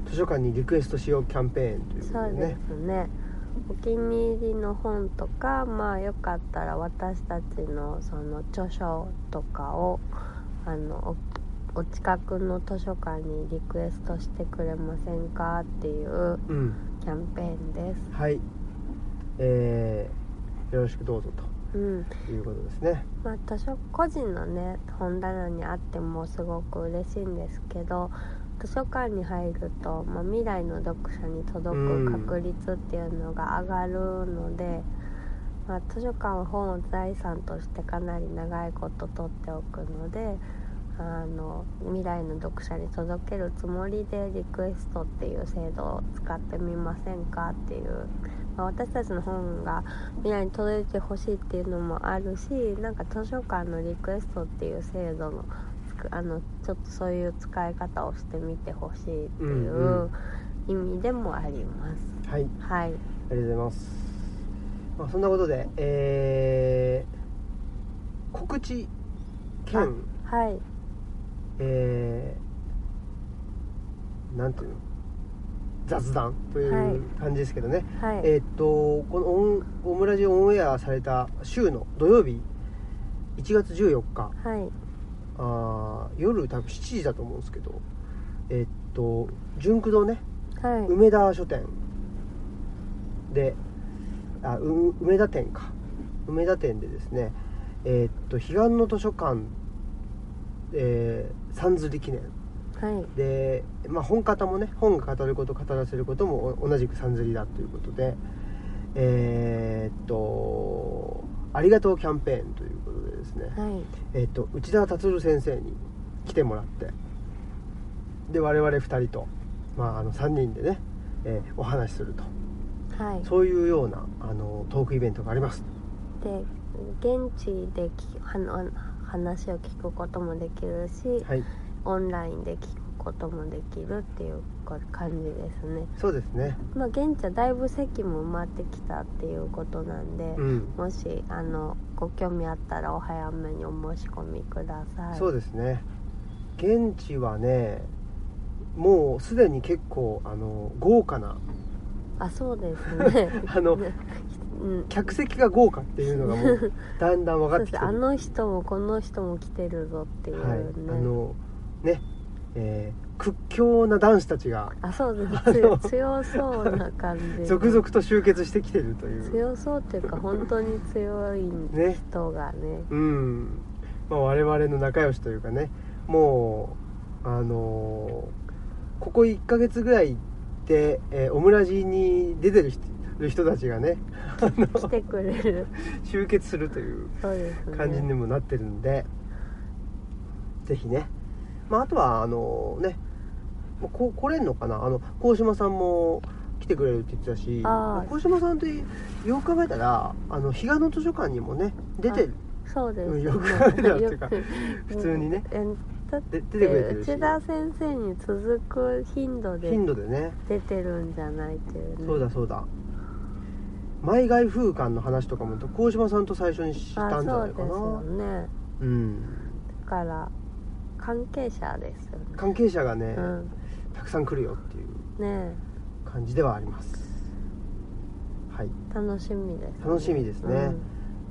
A: 図書館にリクエストしようキャンペーンというこ
B: そう
A: とで
B: で
A: ね
B: すねお気に入りの本とかまあよかったら私たちのその著書とかをあのおお近くの図書館にリクエストしてくれませんかっていう
A: うん
B: キャンペーンです
A: はいえー、よろしくどうぞ
B: うん
A: ということですね
B: まあ図書個人のね本棚にあってもすごく嬉しいんですけど図書館に入ると、まあ、未来の読者に届く確率っていうのが上がるので、まあ、図書館は本を財産としてかなり長いこと取っておくのであの未来の読者に届けるつもりでリクエストっていう制度を使ってみませんかっていう、まあ、私たちの本が未来に届いてほしいっていうのもあるしなんか図書館のリクエストっていう制度のつくあのちょっとそういう使い方をしてみてほしいってい
A: んう
B: うう意味でもあります。
A: はい
B: はい、
A: ありがとうございます。まあ、そんなことで、えー告知
B: あ
A: 兼、
B: はい、
A: えーなんていうの雑談とい
B: はいう
A: 感じですけどね、
B: はい、
A: えーっとこのオンオムラジオンエアされた週の土曜日1月14日
B: はい、
A: あー夜多分7時だと思うんですけどえーっと純駆堂ね
B: はい、
A: 梅田書店であう梅田店か梅田店でですねえーっと彼岸の図書館えー、三釣り記念
B: はい、
A: で、まあ、本方もね本が語ること語らせることもお同じく三釣りだということでえーっとありがとうキャンペーンということでですね、
B: はい、
A: えっと内田達郎先生に来てもらってで我々2人と、まあ、あの3人でね、えーお話しすると
B: はい。
A: そういうようなあのトークイベントがあります
B: で現地できはの話を聞くこともできるし、
A: はい
B: オンラインで聞くこともできるっていうこ感じですね。
A: そうですね
B: まあ現地はだいぶ席も埋まってきたっていうことなんで、
A: うん
B: もしあのご興味あったらお早めにお申し込みください。
A: そうですね現地はねもうすでに結構あの豪華な
B: あそうですね
A: あの
B: うん
A: 客席が豪華っていうのがも うだんだん分
B: そ
A: か
B: う
A: っ
B: で
A: てき
B: す
A: て
B: あ
A: る
B: の人もこの人も来てるぞっていう
A: はい、
B: ね、
A: あのねえー屈強な男子たちが
B: あそうです
A: あの
B: 強強そうな感じ
A: 続々と集結してきてるという
B: 強そうっていうか本当に強い
A: ね
B: 人がね
A: うん、まあ、我々の仲良しというかねもうあのーここ1ヶ月ぐらいで、えーオムラジに出てる人る人たちがね あの
B: 来てくれる
A: 集結するという
B: そうですね
A: 感じにもなってるんで、ぜひね、まあ、あとはあのねもうこ来れんのかなあの鴻島さんも来てくれるって言ってたし
B: あー
A: 鴻島さんってよく考えたらあの比嘉の図書館にもね出てる
B: そうです
A: う
B: ね
A: んよく考えたらっていうか普通にね
B: えだって
A: で出てくれてるし
B: 内田先生に続く頻度で
A: 頻度でね
B: 出てるんじゃないっていうね
A: そうだそうだ前外風館の話とかも鴻島さんと最初に知ったんじゃないか
B: あ
A: な
B: そううですよね
A: ん
B: だから関係者ですよね
A: 関係者がね、
B: うん
A: たくさん来るよっていう
B: ね
A: 感じではありますはい
B: え楽しみです、
A: 楽しみですね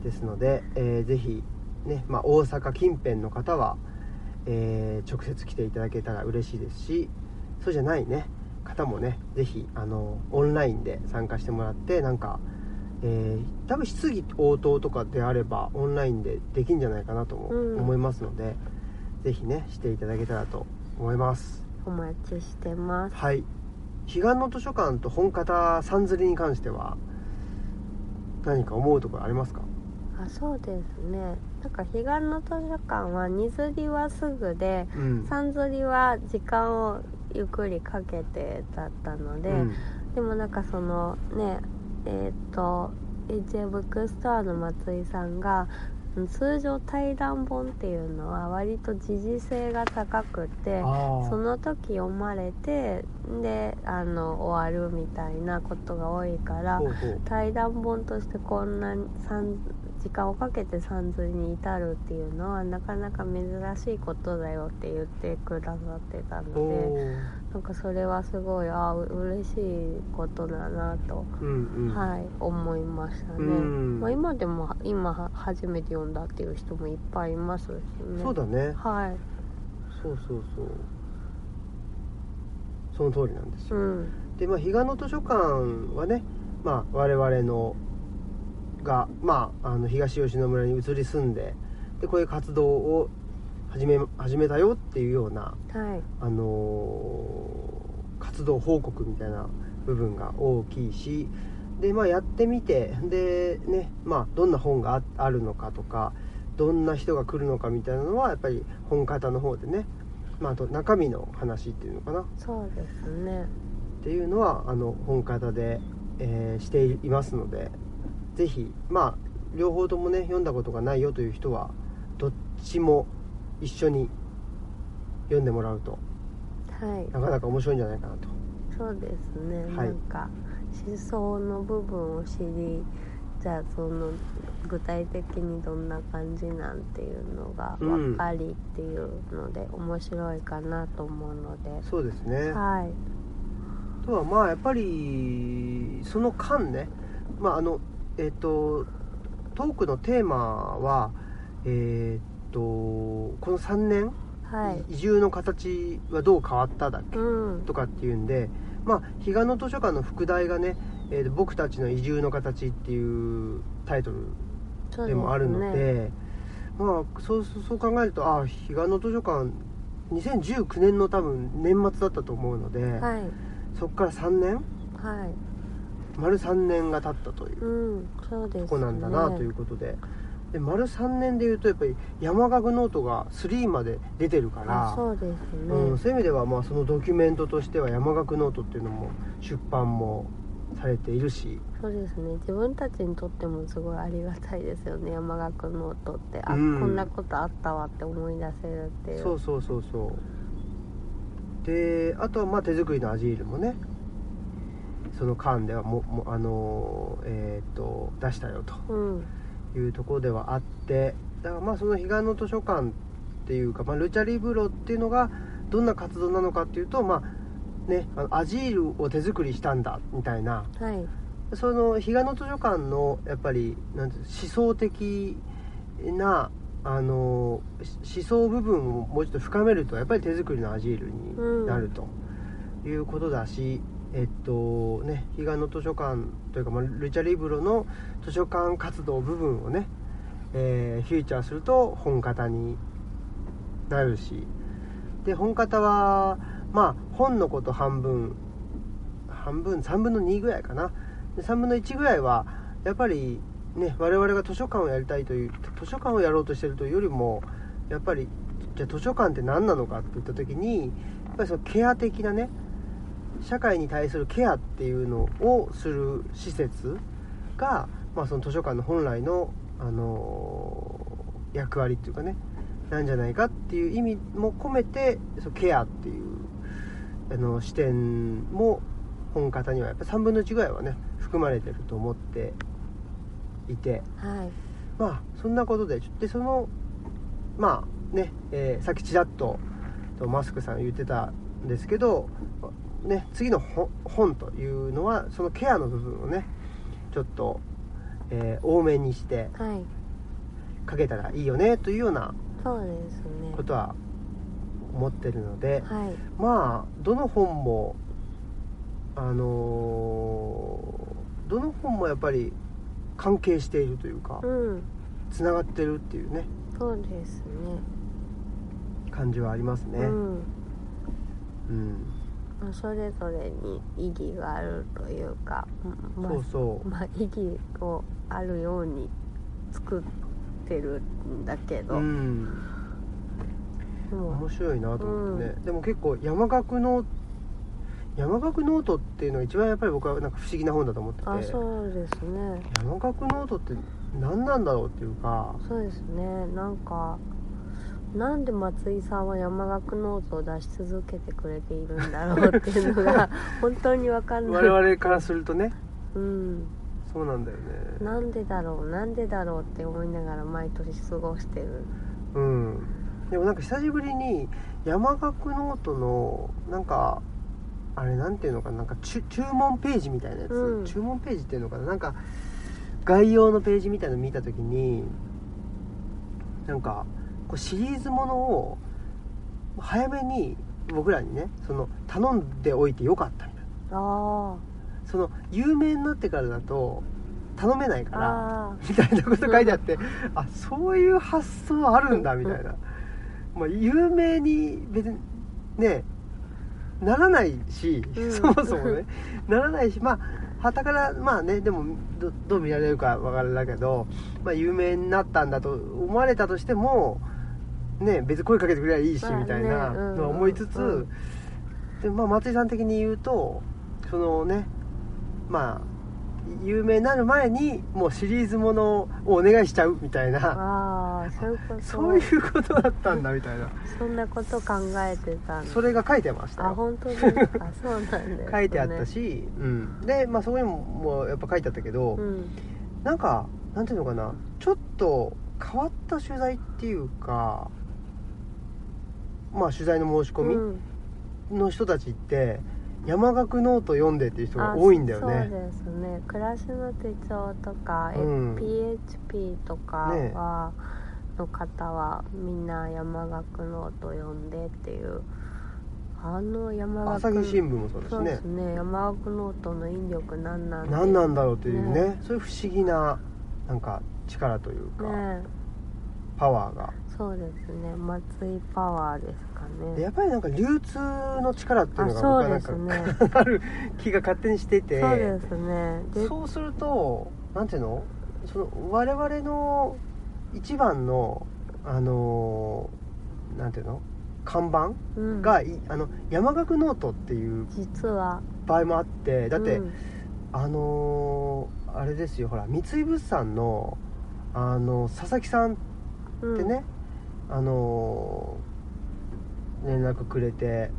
A: ですので、えーぜひ、ねまあ、大阪近辺の方は、えー直接来ていただけたら嬉しいですしそうじゃない、ね、方もねぜひあのオンラインで参加してもらってなんか、えー多分質疑応答とかであればオンラインでできんじゃないかなとも
B: うん
A: 思いますので、ぜひねしていただけたらと思います
B: お待ちしてます
A: はい彼岸の図書館と本方さんずりに関しては何か思うところありますか
B: あそうですねなんか彼岸の図書館は荷刷りはすぐで
A: うん
B: 三刷りは時間をゆっくりかけてだったので、
A: うん
B: でもなんかそのねえっ、と HA ブックストアの松井さんがうん通常対談本っていうのは割と時事性が高くて
A: あー
B: その時読まれてであの終わるみたいなことが多いから
A: ほうほう
B: 対談本としてこんなにさん時間をかけてさんずりに至るっていうのはなかなか珍しいことだよって言ってくださってたので。
A: おー
B: なんかそれはすごいあーう嬉しいことだなと、
A: うんうん、
B: はい思いましたね、
A: うん
B: まあ、今でも今は初めて読んだっていう人もいっぱいいますしね
A: そうだね
B: は
A: そうそうそうその通りなんです
B: い、
A: よ、
B: うん、
A: でまあ彼岸の図書館はね、まあ、我々のが、まあ、あの東吉野村に移り住んででこういう活動を始め始めたよっていうような、
B: はい
A: あのー活動報告みたいな部分が大きいしで、まあ、やってみてで、ねまあ、どんな本がああるのかとかどんな人が来るのかみたいなのはやっぱり本方の方でね、まあ、あと中身の話っていうのかなっ
B: そうですね
A: ていうのはあの本方で、えーしていますので是非まあ両方ともね読んだことがないよという人はどっちも一緒に読んでもらうと
B: はい
A: なかなか面白いんじゃないかなと。
B: そうですね、
A: はい
B: なんか思想の部分を知りじゃあその具体的にどんな感じなんていうのが分かりっていうので面白いかなと思うので、
A: そうですね、
B: はい
A: あとはまあやっぱりその間ね、まああのえっとトークのテーマは、えっとこの3年、
B: はい。
A: 移住の形はどう変わっただっけ
B: うん。
A: とかっていうんで、まあ、彼岸の図書館の副題がね、えー僕たちの移住の形」っていうタイトル
B: そう
A: でもあるので
B: ね、
A: まあそうそうそう考えるとああ彼岸の図書館2019年の多分年末だったと思うので、
B: はい。
A: そこから3年
B: はい。
A: 丸3年が経ったという
B: うん。そうです、ね。
A: とこなんだなということで,、で丸3年でいうとやっぱり山岳ノートが3まで出てるか
B: あ
A: ら
B: そうですね。
A: うん、そういう意味ではまあそのドキュメントとしては山岳ノートっていうのも出版もされているし
B: そうですね。自分たちにとってもすごいありがたいですよね。山岳ノートって、あ、
A: うん
B: こんなことあったわって思い出せるっていう。
A: そうそうそうそうであとはまあ手作りのアジールもねその間ではももあのーえーっと出したよと
B: うん。
A: いうところではあってだからまあその彼岸の図書館っていうか、まあ、ルチャリブロっていうのがどんな活動なのかっていうとまあねあのアジールを手作りしたんだみたいな
B: はい
A: その比嘉の図書館のやっぱりなんていうの思想的なあのし思想部分をもうちょっと深めるとやっぱり手作りのアジールになるということだし、えっとね比嘉の図書館というか、まあ、ルチャリブロの図書館活動部分をね、えーフューチャーすると本型になるしで本型はまあ本のこと半分半分3分の2ぐらいかなで3分の1ぐらいはやっぱりね我々が図書館をやりたいという図書館をやろうとしてるというよりもやっぱりじゃあ図書館って何なのかって言った時にやっぱりそのケア的なね社会に対するケアっていうのをする施設が、まあ、その図書館の本来の、あのー役割っていうかねなんじゃないかっていう意味も込めてそのケアっていうあの視点も本型にはやっぱ3分の1ぐらいはね含まれてると思っていて
B: はい
A: まあそんなことでちょでそのまあね、えーさっきちらっととマスクさん言ってたんですけど、ね、次の本本というのはそのケアの部分をねちょっと、えー多めにして
B: はい
A: かけたらいいよねというような
B: そうですね
A: ことは思ってるので、
B: はい
A: まあどの本もあのーどの本もやっぱり関係しているというか
B: うん
A: つながってるっていうね
B: そうですね
A: 感じはありますね、
B: う
A: うん
B: んまあそれぞれに意義があるというか、うんまあ
A: そうそう
B: まあ、意義をあるように作ってるんだけど、
A: うん
B: でも
A: 面白いなと思ってね、でも結構山岳の山岳ノートっていうのが一番やっぱり僕はなんか不思議な本だと思ってて
B: あそうですね
A: 山岳ノートって何なんだろうっていうか
B: そうですねなんかなんで松井さんは山岳ノートを出し続けてくれているんだろうっていう のが本当にわかんな
A: 我
B: い、
A: 々からするとね
B: うん、
A: そうなんだよね
B: なんでだろうなんでだろうって思いながら毎年過ごしてる
A: うん、でもなんか久しぶりに山岳ノートのなんかあれなんていうのかななんか注注文ページみたいなやつ、
B: うん
A: 注文ページっていうのかななんか概要のページみたいなの見た時になんかこうシリーズものを早めに僕らにねその頼んでおいてよかったみたいな
B: あ
A: その有名になってからだと頼めない
B: あ
A: から
B: あ
A: みたいなこと書いてあってあそういう発想あるんだみたいな、まあ、有名に別にねならないし、
B: うん
A: そもそもねならないしまあはたからまあねでもどどう見られるかわからないけど、まあ、有名になったんだと思われたとしても、ね、別に声かけてくれりゃいいし
B: まあね
A: みたいなのは思いつつ、
B: うんうんうん
A: でまあ、松井さん的に言うとそのねまあ有名になる前にもうシリーズものをお願いしちゃうみたいな
B: あああそういうこと
A: そういうことだったんだみたいな
B: そんなこと考えてたんだ
A: それが書いてました
B: あ
A: よ
B: 本当ですかそうなんです、ね、
A: 書いてあったし、うん、で、まあ、そこにももうやっぱ書いてあったけど、
B: うん
A: なんかなんていうのかなちょっと変わった取材っていうかまあ取材の申し込
B: うん
A: みの人たちって、山岳ノート読んでっていう人が多いんだよ
B: あそ
A: ね
B: そうですね暮らしの手帳とか、え
A: うん
B: PHP とか
A: ね
B: は、の方はみんな山岳ノート読んでっていうあの山
A: 朝
B: 岳
A: 日新聞もそうです
B: そうで
A: ね
B: すね山岳ノートの引力なんなん
A: 何なん
B: だ
A: だろうというね
B: ね
A: そういう不思議ななんか力というか、
B: ね
A: パワーが
B: そうですね松井パワーですか
A: で
B: ね
A: やっぱりなんか流通の力っていう
B: あ
A: のが僕
B: そ
A: は
B: う
A: な
B: で
A: んか
B: す、ね
A: ある気が勝手にしてて
B: そうですねで
A: そうするとなんていうのその我々の一番のあのーなんていうの看板
B: うん
A: が、いあの山岳ノートっていう
B: 実は
A: 場合もあってだって、
B: うん
A: あのーあれですよほら三井物産のあの佐々木さん
B: うん
A: ってね、あのー連絡くれて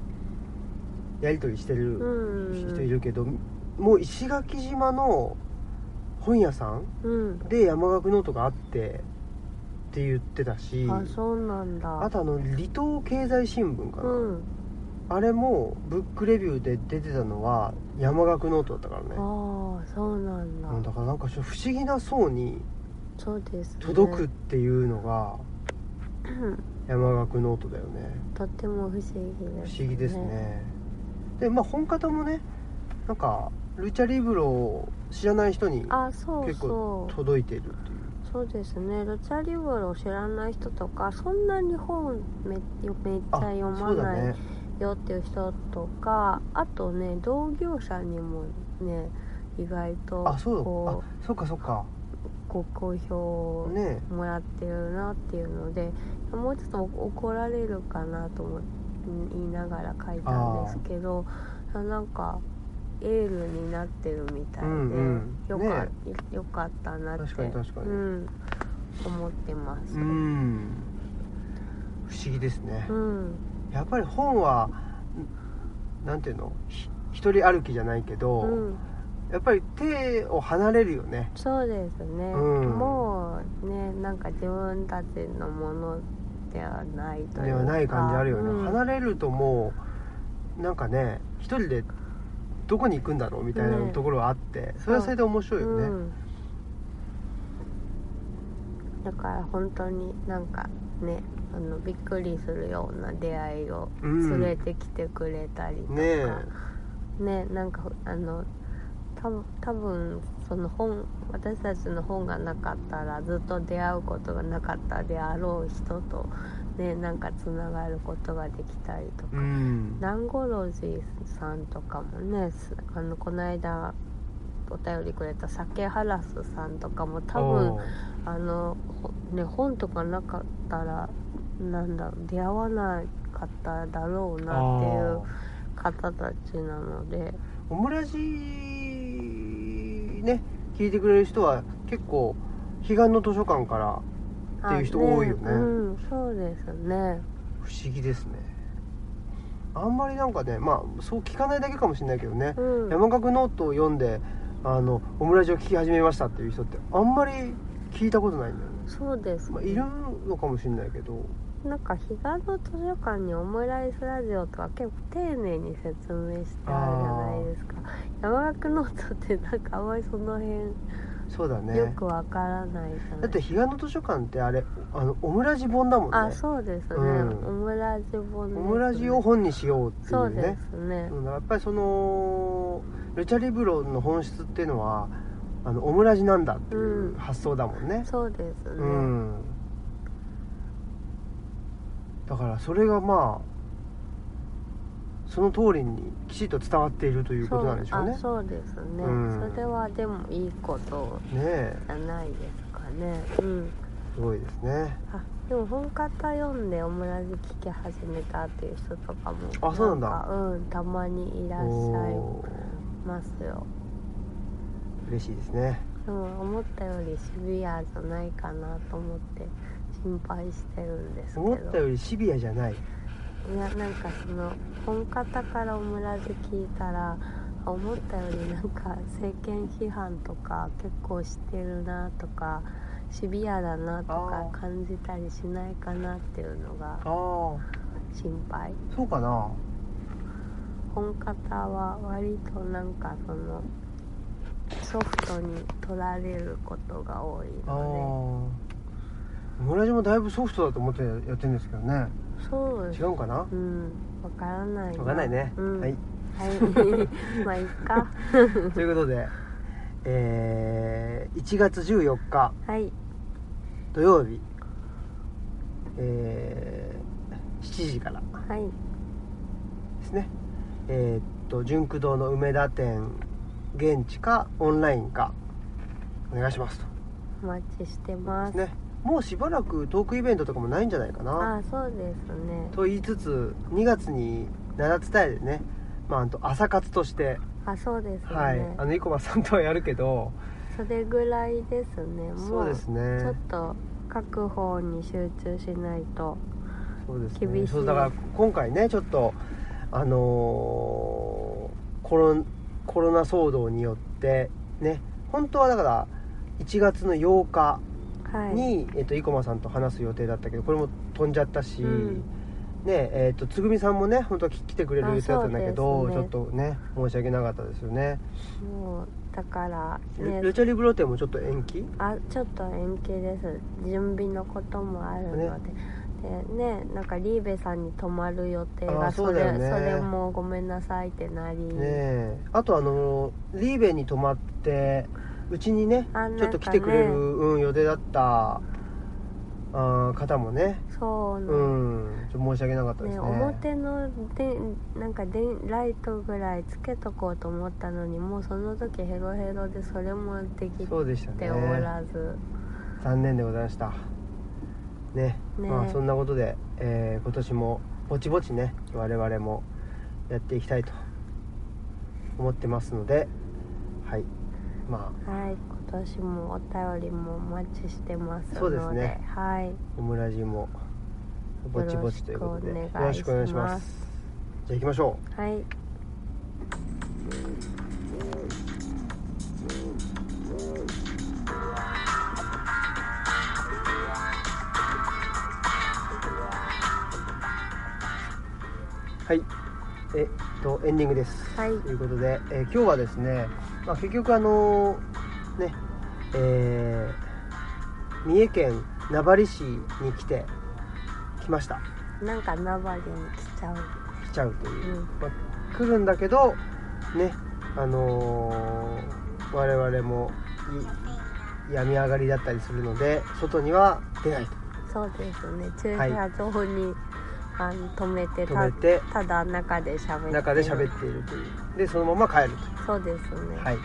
A: やり取りして
B: う
A: る
B: んうん
A: 人いるけど、もう石垣島の本屋さん
B: うん
A: で山岳ノートがあってって言ってたし
B: あそうなんだ
A: あとあの離島経済新聞かな、
B: うん
A: あれもブックレビューで出てたのは山岳ノートだったからね
B: ああそうなんだ
A: うんだからなんかちょっと不思議な層に
B: そうです、ね、
A: 届くっていうのが山岳ノートだよね
B: とっても不思議で
A: 不
B: す、
A: 思議ですねでまあ本方もねなんかルチャリブロを知らない人に
B: あそう
A: 結構
B: そう
A: 届いているっていう
B: そうですねルチャリブロを知らない人とかそんなに本めめっちゃ
A: あ
B: 読ま
A: そうだ
B: ない
A: ね
B: よっていう人とかあ,、とね同業者にもね意外と
A: あそうだ
B: こ
A: あそうかそうか
B: うご好評
A: ね
B: もらってるなっていうのでもうちょっと怒られるかなとも言いながら書いたんですけどなんかエールになってるみたいで、
A: うんうん
B: よか
A: ね
B: よかったなって
A: 確かに確かに
B: うん、思ってます。
A: うん不思議ですね
B: うん
A: やっぱり本はんなんていうのひ一人歩きじゃないけど、
B: うん、
A: やっぱり手を離れるよね
B: そうですね、
A: うん
B: もうねなんか自分たちのものではないというか
A: ではない感じあるよね、
B: うん
A: 離れるともうなんかね一人でどこに行くんだろうみたいな
B: ね
A: ところはあって、それはそれで面白いよね、
B: うん、だから本当になんかねあのびっくりするような出会いを
A: うん
B: 連れてきてくれたりとか、
A: ねえ
B: ねなんかあの多分多分その本私たちの本がなかったらずっと出会うことがなかったであろう人とねなんかつながることができたりとか。
A: うん
B: 南五郎寺さんとかもねすあのこの間お便りくれた酒ハラスさんとかも多分
A: おー
B: あの、ほね、本とかなかったらなんだろう出会わなかっただろうなっていう
A: あ
B: 方たちなので
A: ーオムラジね聞いてくれる人は結構彼岸の図書館からっていう人多いよね
B: あうん、そうですね
A: 不思議ですねあんまりなんかねまあそう聞かないだけかもしれないけどね、
B: うん
A: 山岳ノートを読んであのオムラジを聞き始めましたっていう人ってあんまり聞いたことないんだよね、
B: そうです、
A: まあ、いるのかもしれないけど
B: なんか彼岸の図書館にオムライスラジオとか結構丁寧に説明してあるじゃないですか山岳ノートってなんかあんまりその辺、
A: そうだ
B: よ
A: ね
B: くわからないじゃな
A: だ
B: い
A: って彼岸の図書館ってあれあのオムラジ本だもんね
B: あそうですね、
A: うん
B: オムラジ本
A: オ
B: ですね
A: ムラジを本にしようってい
B: そううで
A: ね
B: すね
A: うんやっぱりそのルチャリブロの本質っていうのはあのオムラジなんだっていう発想だもんね、
B: そうですね、
A: うんだからそれがまあその通りにきちっと伝わっているということなんでしょうね
B: あそうですね、
A: うん
B: それはでもいいこと
A: ねえ
B: じゃないですかねうん
A: すごいですね
B: あでも本方読んでオムラジ聞き始めたっていう人とかも
A: あそうなんだ
B: かうんたまにいらっしゃい
A: おー
B: ますよ
A: 嬉しいですね
B: でも思ったよりシビアじゃないかなと思って心配してるんですけど
A: 思ったよりシビアじゃない
B: いやなんかその本方からオムラジ聞いたらあ思ったよりなんか政権批判とか結構してるなとかシビアだなとか
A: あー
B: 感じたりしないかなっていうのが
A: ああー
B: 心配
A: そうかな
B: 本方は割となんかそのソフトに取られることが多い
A: ああ
B: の
A: 村ラジもだいぶソフトだと思ってやってるんですけどね
B: でそう
A: 違うかな
B: うんわからない
A: わかんないね、
B: うん、
A: はい
B: はいまあいっか
A: ということでえー、1月14日
B: はい
A: 土曜日、えー7時から
B: はい
A: ですねえーっと純駆堂の梅田店現地かオンラインかお願いしますと
B: お待ちしてます、
A: ねもうしばらくトークイベントとかもないんじゃないかな
B: あそうですね
A: と言いつつ2月に奈良伝えでね、まあ、あと朝活として、
B: あそうですね、
A: はい、あの生駒さんとはやるけど
B: それぐらいですねも
A: そう
B: う
A: です
B: ちょ
A: ね
B: っと各方に集中しないと
A: そうです
B: 厳し
A: ね
B: い
A: そうだから今回ねちょっとあのーコロコロナ騒動によってね本当はだから1月の8日
B: はい
A: に、えっと、生駒さんと話す予定だったけどこれも飛んじゃったし、
B: うん
A: ねえー、とつぐみさんもね本当はき来てくれる予定だったんだけど、
B: あ
A: ち
B: そう
A: ょっ
B: ですね
A: とね申し訳なかったですよね
B: もうだから
A: ル
B: ね
A: ルチャリブロ展もちょっと延期
B: あちょっと延期です準備のこともあるので、でねなんかリーベさんに泊まる予定
A: あ
B: が
A: そ
B: そうれ
A: だよ
B: そ,、
A: ね
B: れもごめんなさいってなり、
A: ねえあとあのリーベに泊まってうちにね
B: あなんかね
A: ちょっと来てくれる、うん、予定だったあー方もね
B: そうな
A: う
B: の
A: ん、ちょっと申し訳なかったで
B: ね
A: すね
B: 表のでなんかでライトぐらいつけとこうと思ったのにもうその時ヘロヘロでそれもでき
A: そうでしたね
B: ておらず、
A: 残念でございましたね
B: ね
A: まあそんなことで、えー今年もぼちぼちね我々もやっていきたいと思ってますのではいま
B: はい今年もお便りもお待ちしてますので
A: そうですね
B: はい
A: あオムラジもぼちぼちということで
B: よ
A: よ
B: ろ
A: ろ
B: し
A: し
B: く
A: く
B: お
A: お願
B: 願い
A: い
B: し
A: し
B: ま
A: ますすじゃあ行きましょう
B: はい
A: はいえっとエンディングです、
B: はい
A: ということで、えー今日はですね、まあ、結局あのーねえー三重県名張市に来て来ました
B: なんか名張に来ちゃう
A: 来ちゃうという
B: うん
A: まあ来るんだけどねあのー我々もい病み上がりだったりするので外には出ないと
B: そうですね駐車場に、あの止めて
A: 止めて
B: たただ中で喋って
A: 中で喋っているというでそのまま帰る
B: そうですね
A: とはい、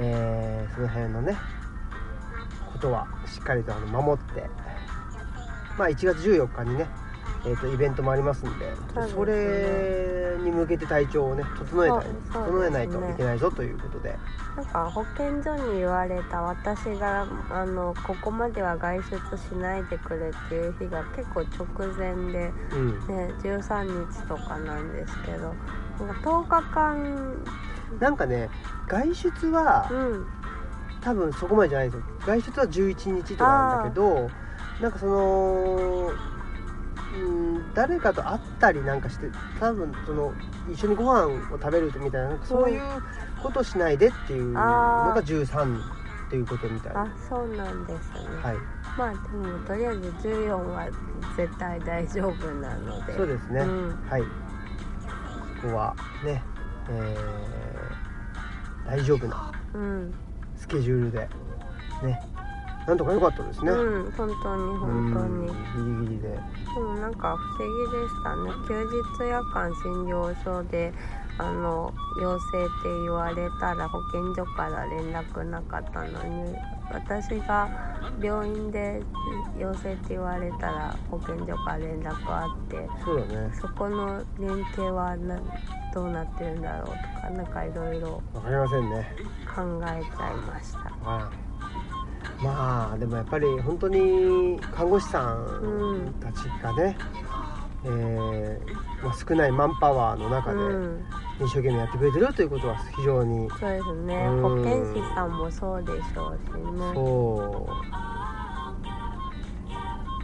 A: えーその辺のねことはしっかりとあの守ってまあ1月14日にねえーとイベントもありますんで
B: そうですね
A: それに向けて体調をね整えたい、
B: そうそうですね
A: 整えないといけないぞということで
B: なんか保健所に言われた私があのここまでは外出しないでくれっていう日が結構直前で、ね、
A: うん
B: 13日とかなんですけどなんか10日間
A: なんかね外出は
B: うん
A: 多分そこまでじゃないんですよ外出は11日とかなんだけどなんかそのうん誰かと会ったりなんかして多分その一緒にご飯を食べるみたいななんかそういうことしないでっていうのが13っていうことみたいな
B: あそうなんですね、
A: はい
B: まあでもとりあえず14は絶対大丈夫なので
A: そうですね、
B: うん
A: はいここはねえー大丈夫な
B: うん、
A: スケジュールでねなんとか良かったですね、
B: うん、本当に本当に、
A: うんギリギリで
B: でもなんか不思議でしたね休日夜間診療所であの陽性って言われたら保健所から連絡なかったのに私が病院で陽性って言われたら保健所から連絡あって
A: そうだね
B: そこの連携はなどうなってるんだろうとかなんかいろいろ
A: わかりませんね
B: 考えちゃいました
A: はいまあでもやっぱり本当に看護師さんたちがね、えーまあ、少ないマンパワーの中
B: う
A: で
B: ん
A: 一生懸命やってくれてるということは非常に
B: そうですね
A: うん
B: 保健師さんもそうでしょうしね
A: そ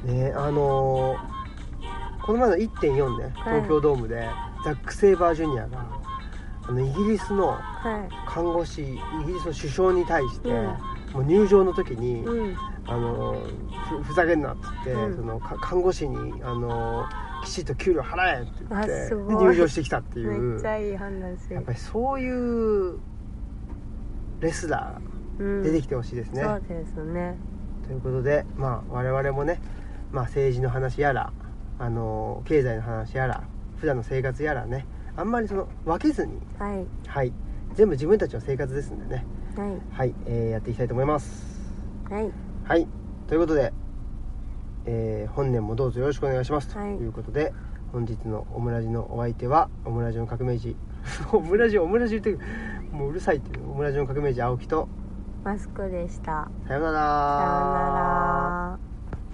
A: うねあのーこの前の1.4ね
B: はい
A: 東京ドームで、ザック・セイバージュニアがあのイギリスの
B: はい
A: 看護師イギリスの首相に対して、
B: うん
A: もう入場の時に、
B: うん
A: あのふふざけんなっつって、
B: うん
A: そのか看護師にあのきちっと給料払えって言って
B: あすごい
A: で入場してきたっていう
B: めっちゃいい話
A: やっぱりそういうレスラー出てきてほしいですね、
B: そうですね
A: ということで、まあ、我々もね、まあ、政治の話やらあの経済の話やら普段の生活やらねあんまりその分けずに、
B: はい
A: はい、全部自分たちの生活ですんでね、
B: は
A: はいえーやっていきたいと思います。
B: いはい
A: はい、ということで、えー本年もどうぞよろしくお願いしますと
B: はい
A: いうことで、本日のオムラジのお相手はオムラジの革命児 オムラジオムラジってもううるさいっていうオムラジの革命児青木と
B: マスクでした
A: さようなら
B: さようなら